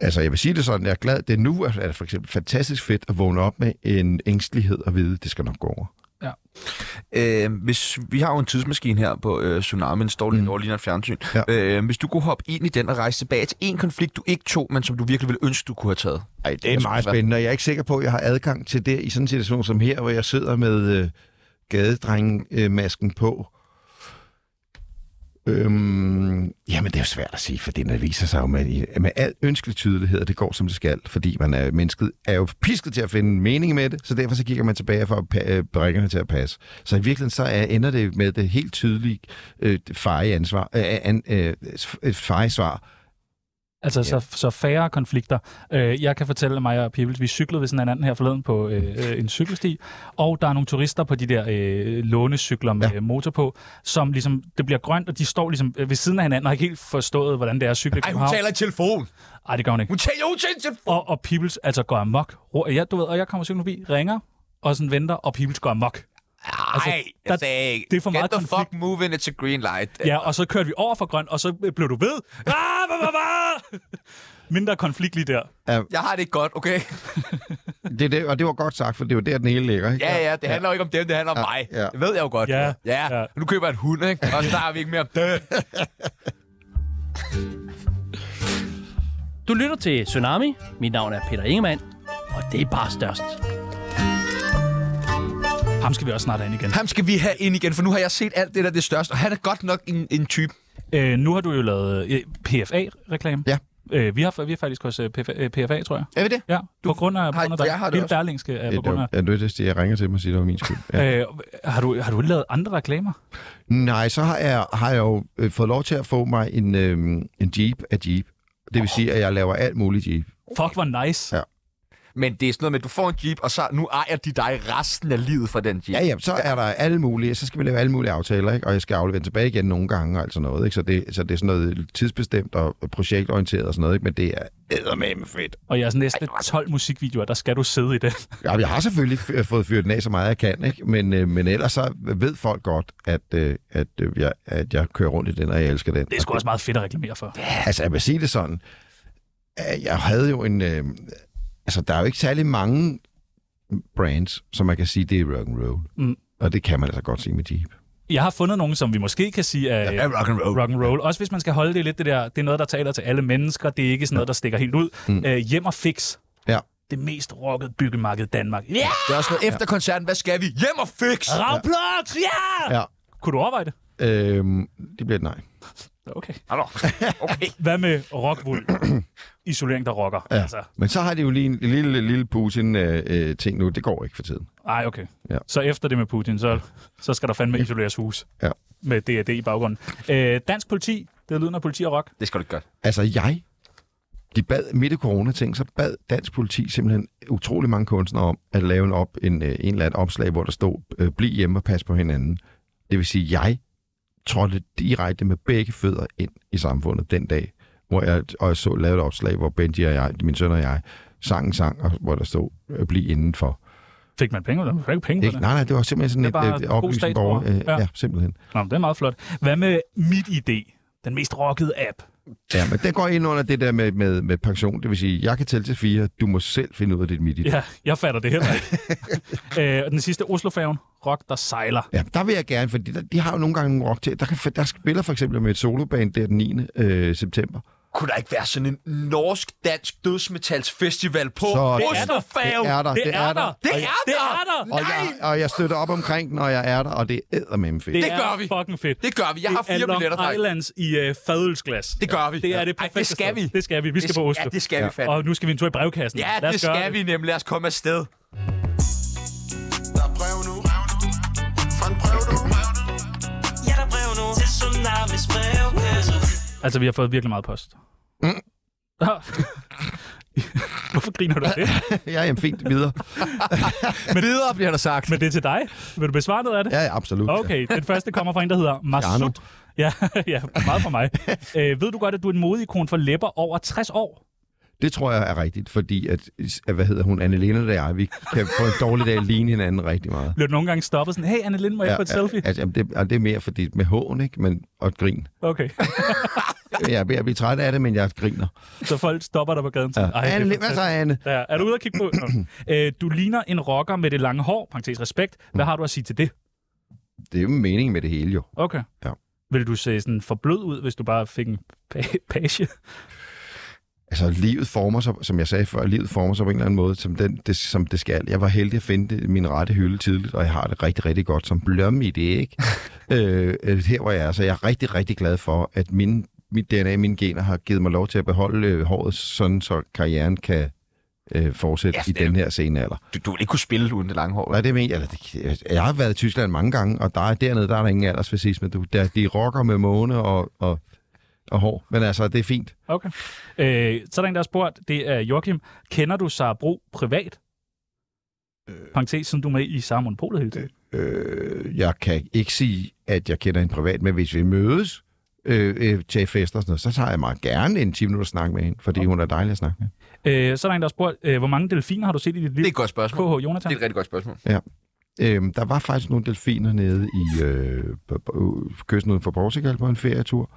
[SPEAKER 6] Altså, jeg vil sige det sådan, jeg er glad. Det er nu at- er det for eksempel fantastisk fedt at vågne op med en ængstelighed og vide, det skal nok gå over.
[SPEAKER 2] Øh, hvis, vi har jo en tidsmaskine her på øh, Tsunami, den står lige mm. over lige et fjernsyn.
[SPEAKER 6] Ja.
[SPEAKER 2] Øh, hvis du kunne hoppe ind i den og rejse tilbage til en konflikt, du ikke tog, men som du virkelig ville ønske, du kunne have taget. Ej,
[SPEAKER 6] Det er meget spændende, og jeg er ikke sikker på, at jeg har adgang til det i sådan en situation som her, hvor jeg sidder med øh, gadedrengemasken på. Øhm, jamen, det er jo svært at sige, for det viser sig jo med, med al ønskelig tydelighed, at det går, som det skal, fordi man er, mennesket er jo pisket til at finde en mening med det, så derfor så kigger man tilbage for at pa- øh, brikkerne til at passe. Så i virkeligheden så er, ender det med det helt tydelige øh, feje ansvar, øh, an, øh, feje svar,
[SPEAKER 3] Altså, yeah. så, så færre konflikter. Øh, jeg kan fortælle mig og Pibels, vi cyklede ved sådan en anden her forleden på øh, øh, en cykelsti, og der er nogle turister på de der øh, lånecykler med ja. motor på, som ligesom, det bliver grønt, og de står ligesom øh, ved siden af hinanden, og har ikke helt forstået, hvordan det er at cykle i
[SPEAKER 2] Ej, hun
[SPEAKER 3] København.
[SPEAKER 2] taler i telefon.
[SPEAKER 3] Ej, det gør hun ikke.
[SPEAKER 2] Hun taler jo til telefon.
[SPEAKER 3] Og, og Pibels altså går amok. Ro- Ja, du ved, og jeg kommer cyklen forbi, ringer, og sådan venter, og Pibels går amok.
[SPEAKER 2] Nej, altså, jeg sagde ikke.
[SPEAKER 3] det er for
[SPEAKER 2] Get
[SPEAKER 3] meget
[SPEAKER 2] the fuck moving, it's a green light.
[SPEAKER 3] Ja, og så kørte vi over for grøn, og så øh, blev du ved. Ah, bah, bah, bah. Mindre konflikt lige der.
[SPEAKER 6] Ja,
[SPEAKER 2] Jeg har det ikke godt, okay?
[SPEAKER 6] det, er det, og det var godt sagt, for det var der, den hele ligger. Ikke?
[SPEAKER 2] Ja, ja, det handler jo ikke om dem, det handler om
[SPEAKER 6] Ja,
[SPEAKER 2] mig.
[SPEAKER 6] ja.
[SPEAKER 2] Det ved jeg jo godt.
[SPEAKER 3] Ja,
[SPEAKER 2] ja. Nu køber jeg en hund, ikke? Og så har vi ikke mere om det.
[SPEAKER 13] Du lytter til Tsunami. Mit navn er Peter Ingemann, og det er bare størst.
[SPEAKER 3] Ham skal vi også snart have ind igen.
[SPEAKER 2] Ham skal vi have ind igen, for nu har jeg set alt det der det største, og han er godt nok en, en type.
[SPEAKER 3] Øh, nu har du jo lavet øh, PFA-reklame.
[SPEAKER 6] Ja.
[SPEAKER 3] Øh, vi, har, vi er faktisk hos øh, PFA, øh, PFA, tror jeg.
[SPEAKER 2] Er vi det?
[SPEAKER 3] Ja, du, på grund af, på grund af dig.
[SPEAKER 2] jeg har det
[SPEAKER 3] Hele
[SPEAKER 2] også.
[SPEAKER 3] Berlingske er
[SPEAKER 6] Det
[SPEAKER 3] på
[SPEAKER 6] er
[SPEAKER 3] grund af.
[SPEAKER 6] jo- jeg øh, er nødt til, at jeg ringer til mig og siger, det var min skyld. Ja.
[SPEAKER 3] Øh, har, du, har du lavet andre reklamer?
[SPEAKER 6] Nej, så har jeg, har jeg jo øh, fået lov til at få mig en, øh, en Jeep af Jeep. Det vil sige, at jeg laver alt muligt Jeep.
[SPEAKER 3] Fuck, hvor nice.
[SPEAKER 6] Ja.
[SPEAKER 2] Men det er sådan noget med, at du får en Jeep, og så nu ejer de dig resten af livet for den Jeep.
[SPEAKER 6] Ja, ja, så er der alle mulige, så skal vi lave alle mulige aftaler, ikke? og jeg skal aflevere den tilbage igen nogle gange og alt sådan noget. Ikke? Så, det, så det er sådan noget tidsbestemt og projektorienteret og sådan noget, ikke? men det er eddermame fedt.
[SPEAKER 3] Og jeres næste 12 musikvideoer, der skal du sidde i den.
[SPEAKER 6] Ja, jeg har selvfølgelig f- øh, fået fyret den af så meget, jeg kan, ikke? Men, øh, men ellers så ved folk godt, at, øh, at, øh, jeg, at jeg kører rundt i den, og jeg elsker den.
[SPEAKER 3] Det er sgu også meget fedt at reklamere for.
[SPEAKER 6] Altså, jeg vil sige det sådan. at Jeg havde jo en... Øh, altså, der er jo ikke særlig mange brands, som man kan sige, det er rock'n'roll.
[SPEAKER 3] Mm.
[SPEAKER 6] Og det kan man altså godt sige med Jeep.
[SPEAKER 3] Jeg har fundet nogen, som vi måske kan sige er,
[SPEAKER 6] Ja, rock and roll.
[SPEAKER 3] rock and roll. Også hvis man skal holde det lidt det der, det er noget, der taler til alle mennesker, det er ikke sådan noget, der stikker helt ud.
[SPEAKER 6] Mm.
[SPEAKER 3] Mm. Øh, hjem og fix,
[SPEAKER 6] Ja.
[SPEAKER 3] det mest rockede byggemarked i Danmark. Ja!
[SPEAKER 2] Det er også noget efter koncerten. Hvad skal vi? Hjem og fix!
[SPEAKER 3] Ravblot, ja!
[SPEAKER 6] Ja.
[SPEAKER 3] Kunne du overveje det?
[SPEAKER 6] Øhm, det bliver et nej.
[SPEAKER 3] Okay.
[SPEAKER 2] okay.
[SPEAKER 3] Hvad med rockwool? Isolering, der rocker. Ja. Altså,
[SPEAKER 6] Men så har de jo lige en lille, lille Putin-ting øh, nu. Det går ikke for tiden.
[SPEAKER 3] ej, okay.
[SPEAKER 6] Ja.
[SPEAKER 3] Så efter det med Putin, så, så skal der fandme isoleres hus
[SPEAKER 6] Ja.
[SPEAKER 3] med DAD i baggrunden. Øh, dansk politi, det lyder af politi og rock.
[SPEAKER 2] Det skal du ikke gøre.
[SPEAKER 6] Altså, jeg... De bad midt i corona-ting, så bad dansk politi simpelthen utrolig mange kunstnere om at lave en, op, en, øh, en eller anden opslag, hvor der stod, øh, bliv hjemme og pas på hinanden. Det vil sige, jeg trådte direkte med begge fødder ind i samfundet den dag, hvor jeg, og jeg så lavede et opslag, hvor Benji og jeg, min søn og jeg, sang en sang, og hvor der stod, øh, bliv indenfor.
[SPEAKER 3] Fik man penge? Du fik ikke penge
[SPEAKER 6] Ikke?
[SPEAKER 3] for det.
[SPEAKER 6] Nej, nej, det var simpelthen
[SPEAKER 3] Det er
[SPEAKER 6] sådan
[SPEAKER 3] bare
[SPEAKER 6] et øh,
[SPEAKER 3] god
[SPEAKER 6] oplysende borger. Øh,
[SPEAKER 3] statsborger.
[SPEAKER 6] ja.
[SPEAKER 3] Ja.
[SPEAKER 6] ja, simpelthen.
[SPEAKER 3] Nå, men det er meget flot. Hvad med Mit ID? Den mest rockede app.
[SPEAKER 6] Ja, men det går ind under det der med, med, med pension. Det vil sige, jeg kan tælle til fire, du må selv finde ud af dit midt i det.
[SPEAKER 3] Ja, jeg fatter det heller ikke. øh, og den sidste, Oslofærgen. Rock, der sejler.
[SPEAKER 6] Ja, der vil jeg gerne, fordi der, de har jo nogle gange nogle rock til. Der, kan, der spiller for eksempel med et soloband der den 9. Øh, september.
[SPEAKER 2] Kunne der ikke være sådan en norsk-dansk dødsmetalsfestival på
[SPEAKER 6] Sådan.
[SPEAKER 2] Oslofærgen?
[SPEAKER 6] Det er der, det er der.
[SPEAKER 2] Det
[SPEAKER 6] Og
[SPEAKER 2] er
[SPEAKER 6] jeg-
[SPEAKER 2] der!
[SPEAKER 6] Og jeg, og jeg støtter op omkring den, og jeg er der, og det er eddermame fedt.
[SPEAKER 3] Det,
[SPEAKER 2] Det
[SPEAKER 3] er
[SPEAKER 2] gør vi.
[SPEAKER 3] fucking fedt.
[SPEAKER 2] Det gør vi. Jeg har
[SPEAKER 3] det
[SPEAKER 2] fire
[SPEAKER 3] er Long
[SPEAKER 2] billetter, dreng.
[SPEAKER 3] Islands i øh, fadølsglas.
[SPEAKER 2] Det gør vi.
[SPEAKER 3] Det er det
[SPEAKER 2] Ej, det
[SPEAKER 3] perfekte
[SPEAKER 2] skal
[SPEAKER 3] sted.
[SPEAKER 2] vi.
[SPEAKER 3] Det skal vi. Vi
[SPEAKER 2] Det
[SPEAKER 3] skal
[SPEAKER 2] skal-
[SPEAKER 3] på Oslo.
[SPEAKER 2] ja, det skal vi fandme.
[SPEAKER 3] Og nu skal vi en tur i brevkassen.
[SPEAKER 2] Ja,
[SPEAKER 3] Lad os
[SPEAKER 2] det
[SPEAKER 3] gøre
[SPEAKER 2] skal vi nemlig. Lad os komme afsted.
[SPEAKER 9] brev nu. Fra en brev nu.
[SPEAKER 8] Ja, der er brev nu til Tsunamis brevkasse.
[SPEAKER 3] Altså, vi har fået virkelig meget post. Mm. Hvorfor griner du af det?
[SPEAKER 6] ja, jamen fint, videre.
[SPEAKER 3] men,
[SPEAKER 2] videre bliver der sagt.
[SPEAKER 3] Men det er til dig. Vil du besvare noget af det?
[SPEAKER 6] Ja, ja, absolut.
[SPEAKER 3] Okay, den første kommer fra en, der hedder
[SPEAKER 6] Jarno.
[SPEAKER 3] Masud. Ja, ja, meget for mig. Øh, ved du godt, at du er en modikon for læpper over 60 år?
[SPEAKER 6] Det tror jeg er rigtigt, fordi at, at hvad hedder hun, Anne-Lena og jeg, vi kan på en dårlig dag ligne hinanden rigtig meget.
[SPEAKER 3] Bliver du nogle gange stoppet sådan, hey, Anne Lind, må jeg få et selfie?
[SPEAKER 6] Altså, jamen, det, og det er mere fordi med hån, ikke? Men, og et grin.
[SPEAKER 3] Okay,
[SPEAKER 6] Jeg er ved at blive træt af det, men jeg griner.
[SPEAKER 3] så folk stopper dig på gaden.
[SPEAKER 6] Ja.
[SPEAKER 3] Sådan, "Ej, det er
[SPEAKER 6] Anne Lind, hvad så,
[SPEAKER 3] fantastisk."
[SPEAKER 6] Anne?
[SPEAKER 3] Ja, er du ude at kigge på? Nå. øh, du ligner en rocker med det lange hår, parentes respekt. Hvad har du at sige til det?
[SPEAKER 6] Det er jo meningen med det hele, jo.
[SPEAKER 3] Okay.
[SPEAKER 6] Ja.
[SPEAKER 3] Vil du se sådan for blød ud, hvis du bare fik en pa- page?
[SPEAKER 6] Altså, livet former sig, som jeg sagde før, livet former sig på en eller anden måde, som, den, det, som det skal. Jeg var heldig at finde det, min rette hylde tidligt, og jeg har det rigtig, rigtig godt som blomme i det, ikke? øh, øh, her hvor jeg er, så jeg er rigtig, rigtig glad for, at min, mit DNA, mine gener har givet mig lov til at beholde øh, håret, sådan så karrieren kan øh, fortsætte
[SPEAKER 2] Ja,
[SPEAKER 6] i
[SPEAKER 2] det er-
[SPEAKER 6] den her senalder.
[SPEAKER 2] Du, du vil ikke kunne spille uden det lange hår.
[SPEAKER 6] Nej, det mener jeg. Eller, det, jeg har været i Tyskland mange gange, og der er dernede, der er der ingen aldersfascisme. Du, der, de rocker med måne og, og og hård, men altså, det er fint.
[SPEAKER 3] Okay. Øh, så er der en, der har spurgt, det er Joachim. Kender du Sara Bro privat? Øh, Parenthes, som du er med i Sara Monopolet hele tiden.
[SPEAKER 6] Øh, jeg kan ikke sige, at jeg kender hende privat, men hvis vi mødes øh, øh, til fester og sådan noget, så tager jeg meget gerne en 10 minutter snak med hende, fordi okay. hun er dejlig at snakke med.
[SPEAKER 3] Øh, så er der en, der har spurgt, øh, hvor mange delfiner har du set i dit liv? Det er
[SPEAKER 2] et godt spørgsmål.
[SPEAKER 3] KH Jonathan.
[SPEAKER 2] Det er et rigtig godt spørgsmål.
[SPEAKER 6] Ja. Øhm, der var faktisk nogle delfiner nede i øh, på- på- kysten uden for Portugal på en ferietur.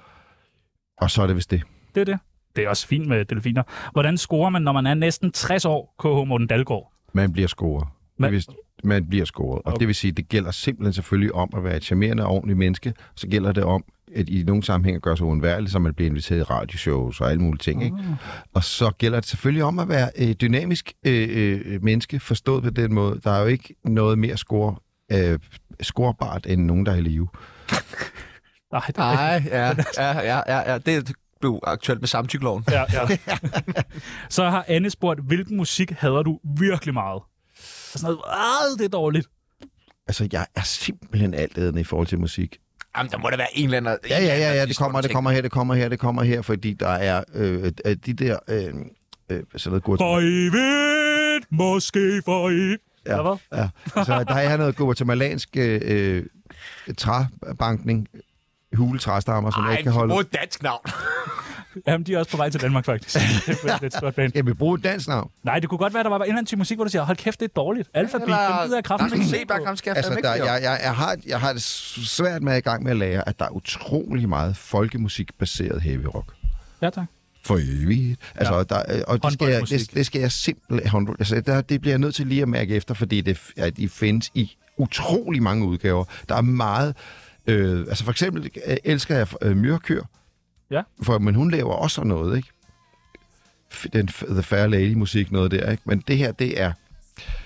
[SPEAKER 6] Og så er det vist det.
[SPEAKER 3] Det er det. Det er også fint med delfiner. Hvordan scorer man, når man er næsten 60 år, KH Morten Dalgaard?
[SPEAKER 6] Man bliver scoret. Man, hvis, man bliver scoret. Og okay. det vil sige, det gælder simpelthen selvfølgelig om at være et charmerende og ordentligt menneske. Så gælder det om, at i nogle sammenhænge gør sig uundværlig, så man bliver inviteret i radioshows og alle mulige ting. Ikke? Og så gælder det selvfølgelig om at være øh, dynamisk øh, øh, menneske, forstået på den måde. Der er jo ikke noget mere score, øh, scorebart end nogen, der er i live.
[SPEAKER 3] Nej, det
[SPEAKER 2] Nej, ja, ja, ja, ja, ja. Det blev aktuelt med samtykkeloven.
[SPEAKER 3] Ja, ja. Så har Anne spurgt, hvilken musik hader du virkelig meget? Og sådan noget, "Ah, det er dårligt.
[SPEAKER 6] Altså, jeg er simpelthen altædende i forhold til musik.
[SPEAKER 2] Jamen, der må der være en eller anden...
[SPEAKER 6] Ja, ja, ja, ja, det kommer, det kommer her, det kommer her, det kommer her, fordi der er øh, øh, de der... Øh, øh, sådan noget godt.
[SPEAKER 3] For evigt, måske for evigt. Ja, hvad?
[SPEAKER 6] Ja. Så der er noget guatemalansk øh, øh, træbankning, huletræstammer, som Ej, jeg ikke kan holde.
[SPEAKER 2] et dansk navn.
[SPEAKER 3] Jamen, de er også på vej til Danmark, faktisk. det er et stort band.
[SPEAKER 6] Jamen, brug et dansk navn.
[SPEAKER 3] Nej, det kunne godt være, der var en eller anden type musik, hvor du siger, hold kæft, det er dårligt. Alfa Beat, den gider jeg kraften.
[SPEAKER 2] Jamen, se, bare kom, skal jeg
[SPEAKER 6] Altså,
[SPEAKER 2] fandme
[SPEAKER 6] der,
[SPEAKER 2] ikke
[SPEAKER 6] jeg, jeg, jeg, har, jeg har det svært med at i gang med at lære, at der er utrolig meget folkemusikbaseret heavy rock.
[SPEAKER 3] Ja, tak.
[SPEAKER 6] For evigt. Altså, ja. der, øh, og det skal, jeg, det,
[SPEAKER 3] Håndboldmusik.
[SPEAKER 6] det skal jeg simpelthen... håndbold- Altså, der, det bliver jeg nødt til lige at mærke efter, fordi det, at de findes i utrolig mange udgaver. Der er meget... Øh, altså, for eksempel øh, elsker jeg øh, Myrkyr,
[SPEAKER 3] Ja.
[SPEAKER 6] for, men hun laver også sådan noget, ikke? F- Den, f- the Fair Lady-musik, noget der, ikke? Men det her, det er...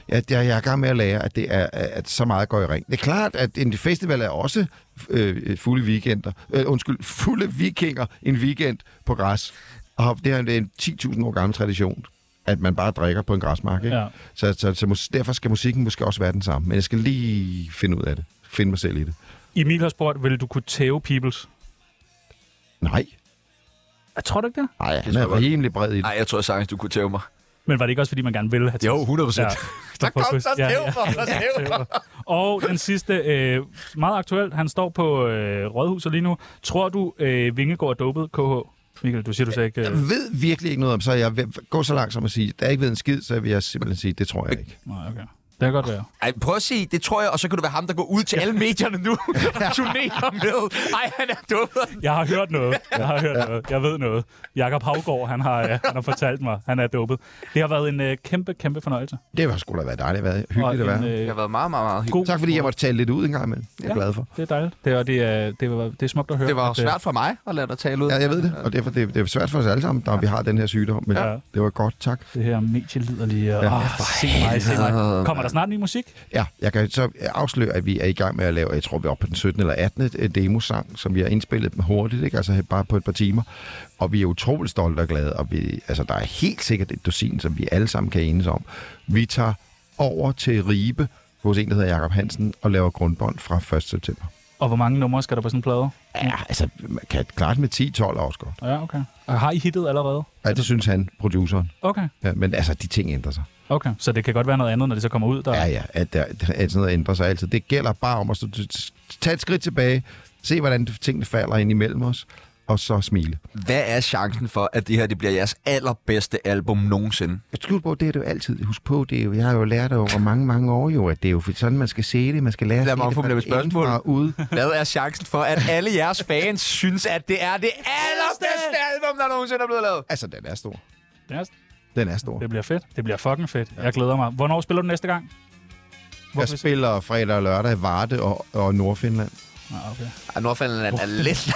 [SPEAKER 6] Ja, det er, jeg er i gang med at lære, at, det er, at så meget går i ring. Det er klart, at en festival er også øh, fulde weekender. Øh, undskyld, fulde vikinger en weekend på græs. Og det er en- det er en 10.000 år gammel tradition, at man bare drikker på en græsmark. Ikke?
[SPEAKER 3] Ja.
[SPEAKER 6] Så, så, så mus- derfor skal musikken måske også være den samme. Men jeg skal lige finde ud af det. Finde mig selv i det.
[SPEAKER 3] Emil har spurgt, vil du kunne tæve Peoples?
[SPEAKER 6] Nej.
[SPEAKER 3] Jeg tror du ikke det?
[SPEAKER 6] Nej, han er rimelig bred i det.
[SPEAKER 2] Nej, jeg tror sagtens, du kunne tæve mig.
[SPEAKER 3] Men var det ikke også, fordi man gerne ville have tæv?
[SPEAKER 2] Jo, 100%.
[SPEAKER 3] Der kom, så
[SPEAKER 2] tæv mig, så tæv mig.
[SPEAKER 3] Og den sidste, øh, meget aktuelt, han står på øh, Rådhuset lige nu. Tror du, øh, Vingegaard er dopet, KH? Mikkel, du siger, du sagde ikke... Øh...
[SPEAKER 6] Jeg ved virkelig ikke noget om, så jeg vil gå så langt som at sige, der er ikke ved en skid, så vil jeg simpelthen sige, det tror jeg ikke.
[SPEAKER 3] Nej, okay. Det kan godt være.
[SPEAKER 2] Ej, prøv at sige, det tror jeg, og så kan du være ham, der går ud til alle medierne nu og turnerer med. Ej, han er dum.
[SPEAKER 3] Jeg har hørt noget. Jeg har hørt noget. Jeg ved noget. Jakob Havgård, han har, øh, han har fortalt mig, han er dopet. Det har været en øh, kæmpe, kæmpe fornøjelse.
[SPEAKER 6] Det var sgu da været dejligt at være. Hyggeligt at
[SPEAKER 3] Og en,
[SPEAKER 6] være.
[SPEAKER 3] øh,
[SPEAKER 2] Det har været meget, meget, meget
[SPEAKER 3] god,
[SPEAKER 6] Tak fordi jeg måtte tale lidt ud en gang imellem. Jeg er
[SPEAKER 3] Ja.
[SPEAKER 6] glad for.
[SPEAKER 3] Det er dejligt. Det, var, det, er, det, var, det er smukt at høre.
[SPEAKER 2] Det var
[SPEAKER 3] at, øh,
[SPEAKER 2] svært for mig at lade dig tale ud.
[SPEAKER 6] Ja, jeg ved det, og derfor det, det er svært for os alle sammen, når vi har den her sygdom, men
[SPEAKER 3] Ja.
[SPEAKER 6] ja. det var godt, tak.
[SPEAKER 3] Det her medieliderlige... Ja. Oh, se mig, se mig. Kommer der snart ny musik?
[SPEAKER 6] Ja, jeg kan så afsløre, at vi er i gang med at lave, jeg tror, vi er oppe på den 17. eller 18. demosang, som vi har indspillet med hurtigt, ikke? altså bare på et par timer. Og vi er utroligt stolte og glade, og vi, altså, der er helt sikkert et dusin, som vi alle sammen kan enes om. Vi tager over til Ribe hos en, der hedder Jakob Hansen, og laver grundbånd fra 1. september.
[SPEAKER 3] Og hvor mange numre skal der på sådan en plade?
[SPEAKER 6] Ja, altså, man kan klare det med 10-12 også godt.
[SPEAKER 3] Ja, okay. Og har I hittet allerede?
[SPEAKER 6] Ja, det synes han, produceren.
[SPEAKER 3] Okay,
[SPEAKER 6] Ja, men altså, de ting ændrer sig.
[SPEAKER 3] okay. Så det kan godt være noget andet, når det så kommer ud. Der...
[SPEAKER 6] Ja, ja, at, der, at sådan noget ændrer sig altid. Det gælder bare om at stå- tage et skridt tilbage, se hvordan tingene falder ind imellem os, og så smile.
[SPEAKER 2] Hvad er chancen for, at det her det bliver jeres allerbedste album nogensinde?
[SPEAKER 6] Jeg slutter på, det er det jo altid. Husk på, det er jo, jeg har jo lært det over mange, mange år jo, at det er jo sådan, man skal se det. Man skal lære at
[SPEAKER 2] Lad
[SPEAKER 6] se
[SPEAKER 2] mig
[SPEAKER 6] det
[SPEAKER 2] formulere mit
[SPEAKER 6] fra den ene
[SPEAKER 2] spørgsmål.
[SPEAKER 6] fra Ud.
[SPEAKER 2] Hvad er chancen for, at alle jeres fans synes, at det er det allerbedste album, der nogensinde er blevet lavet?
[SPEAKER 6] Altså, den er stor.
[SPEAKER 3] Det er-
[SPEAKER 6] Den er stor.
[SPEAKER 3] Det bliver fedt. Det bliver fucking fedt. Jeg glæder mig. Hvornår spiller du næste gang?
[SPEAKER 6] Jeg spiller fredag og lørdag i Varde og, og Nordfinland.
[SPEAKER 3] Ah, okay.
[SPEAKER 2] Ej, Nordfaldland er lidt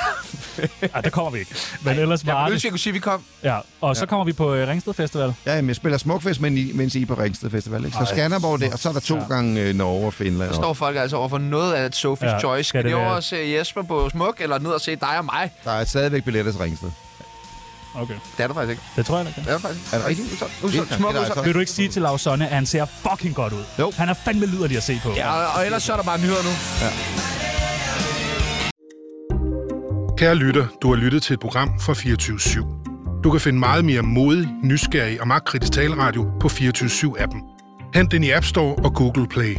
[SPEAKER 3] Ej, der Ah, kommer vi ikke. Men ellers var
[SPEAKER 2] Jeg
[SPEAKER 3] det.
[SPEAKER 2] ønsker, jeg kunne sige, at vi kom.
[SPEAKER 3] Ja, og så kommer vi på øh, Ringsted Festival.
[SPEAKER 6] Ja, jamen, jeg spiller Smukfest, men I, mens I er på Ringsted Festival. Ikke? Så Skanderborg der, og så er der to
[SPEAKER 3] Ja.
[SPEAKER 6] ja. gange øh, Norge og Finland.
[SPEAKER 2] Der
[SPEAKER 6] Og
[SPEAKER 2] står folk altså over for noget af et Sophie's
[SPEAKER 3] Ja,
[SPEAKER 2] ja, Choice.
[SPEAKER 3] skal
[SPEAKER 2] Skal
[SPEAKER 3] det
[SPEAKER 2] det over
[SPEAKER 3] være-
[SPEAKER 2] og se Jesper på Smuk, eller ned og se dig og mig?
[SPEAKER 6] der er stadigvæk billetter til Ringsted.
[SPEAKER 3] Okay.
[SPEAKER 2] Det er der faktisk ikke.
[SPEAKER 3] Det tror jeg, der kan.
[SPEAKER 2] Det er der faktisk ikke.
[SPEAKER 6] Er det rigtigt?
[SPEAKER 2] Udsolgt. Udsolgt. Smuk,
[SPEAKER 6] Det er
[SPEAKER 2] udsolgt.
[SPEAKER 6] altså-
[SPEAKER 3] Vil du ikke sige til Lars Sonne, at han ser fucking godt ud?
[SPEAKER 6] Jo.
[SPEAKER 3] Han er fandme liderlig at se på.
[SPEAKER 2] Ja, og- og ellers så er der bare nyheder nu.
[SPEAKER 14] Kære lytter, du har lyttet til et program fra 24 /7. Du kan finde meget mere modig, nysgerrig og magtkritisk taleradio på 24 7 appen Hent den i App Store og Google Play.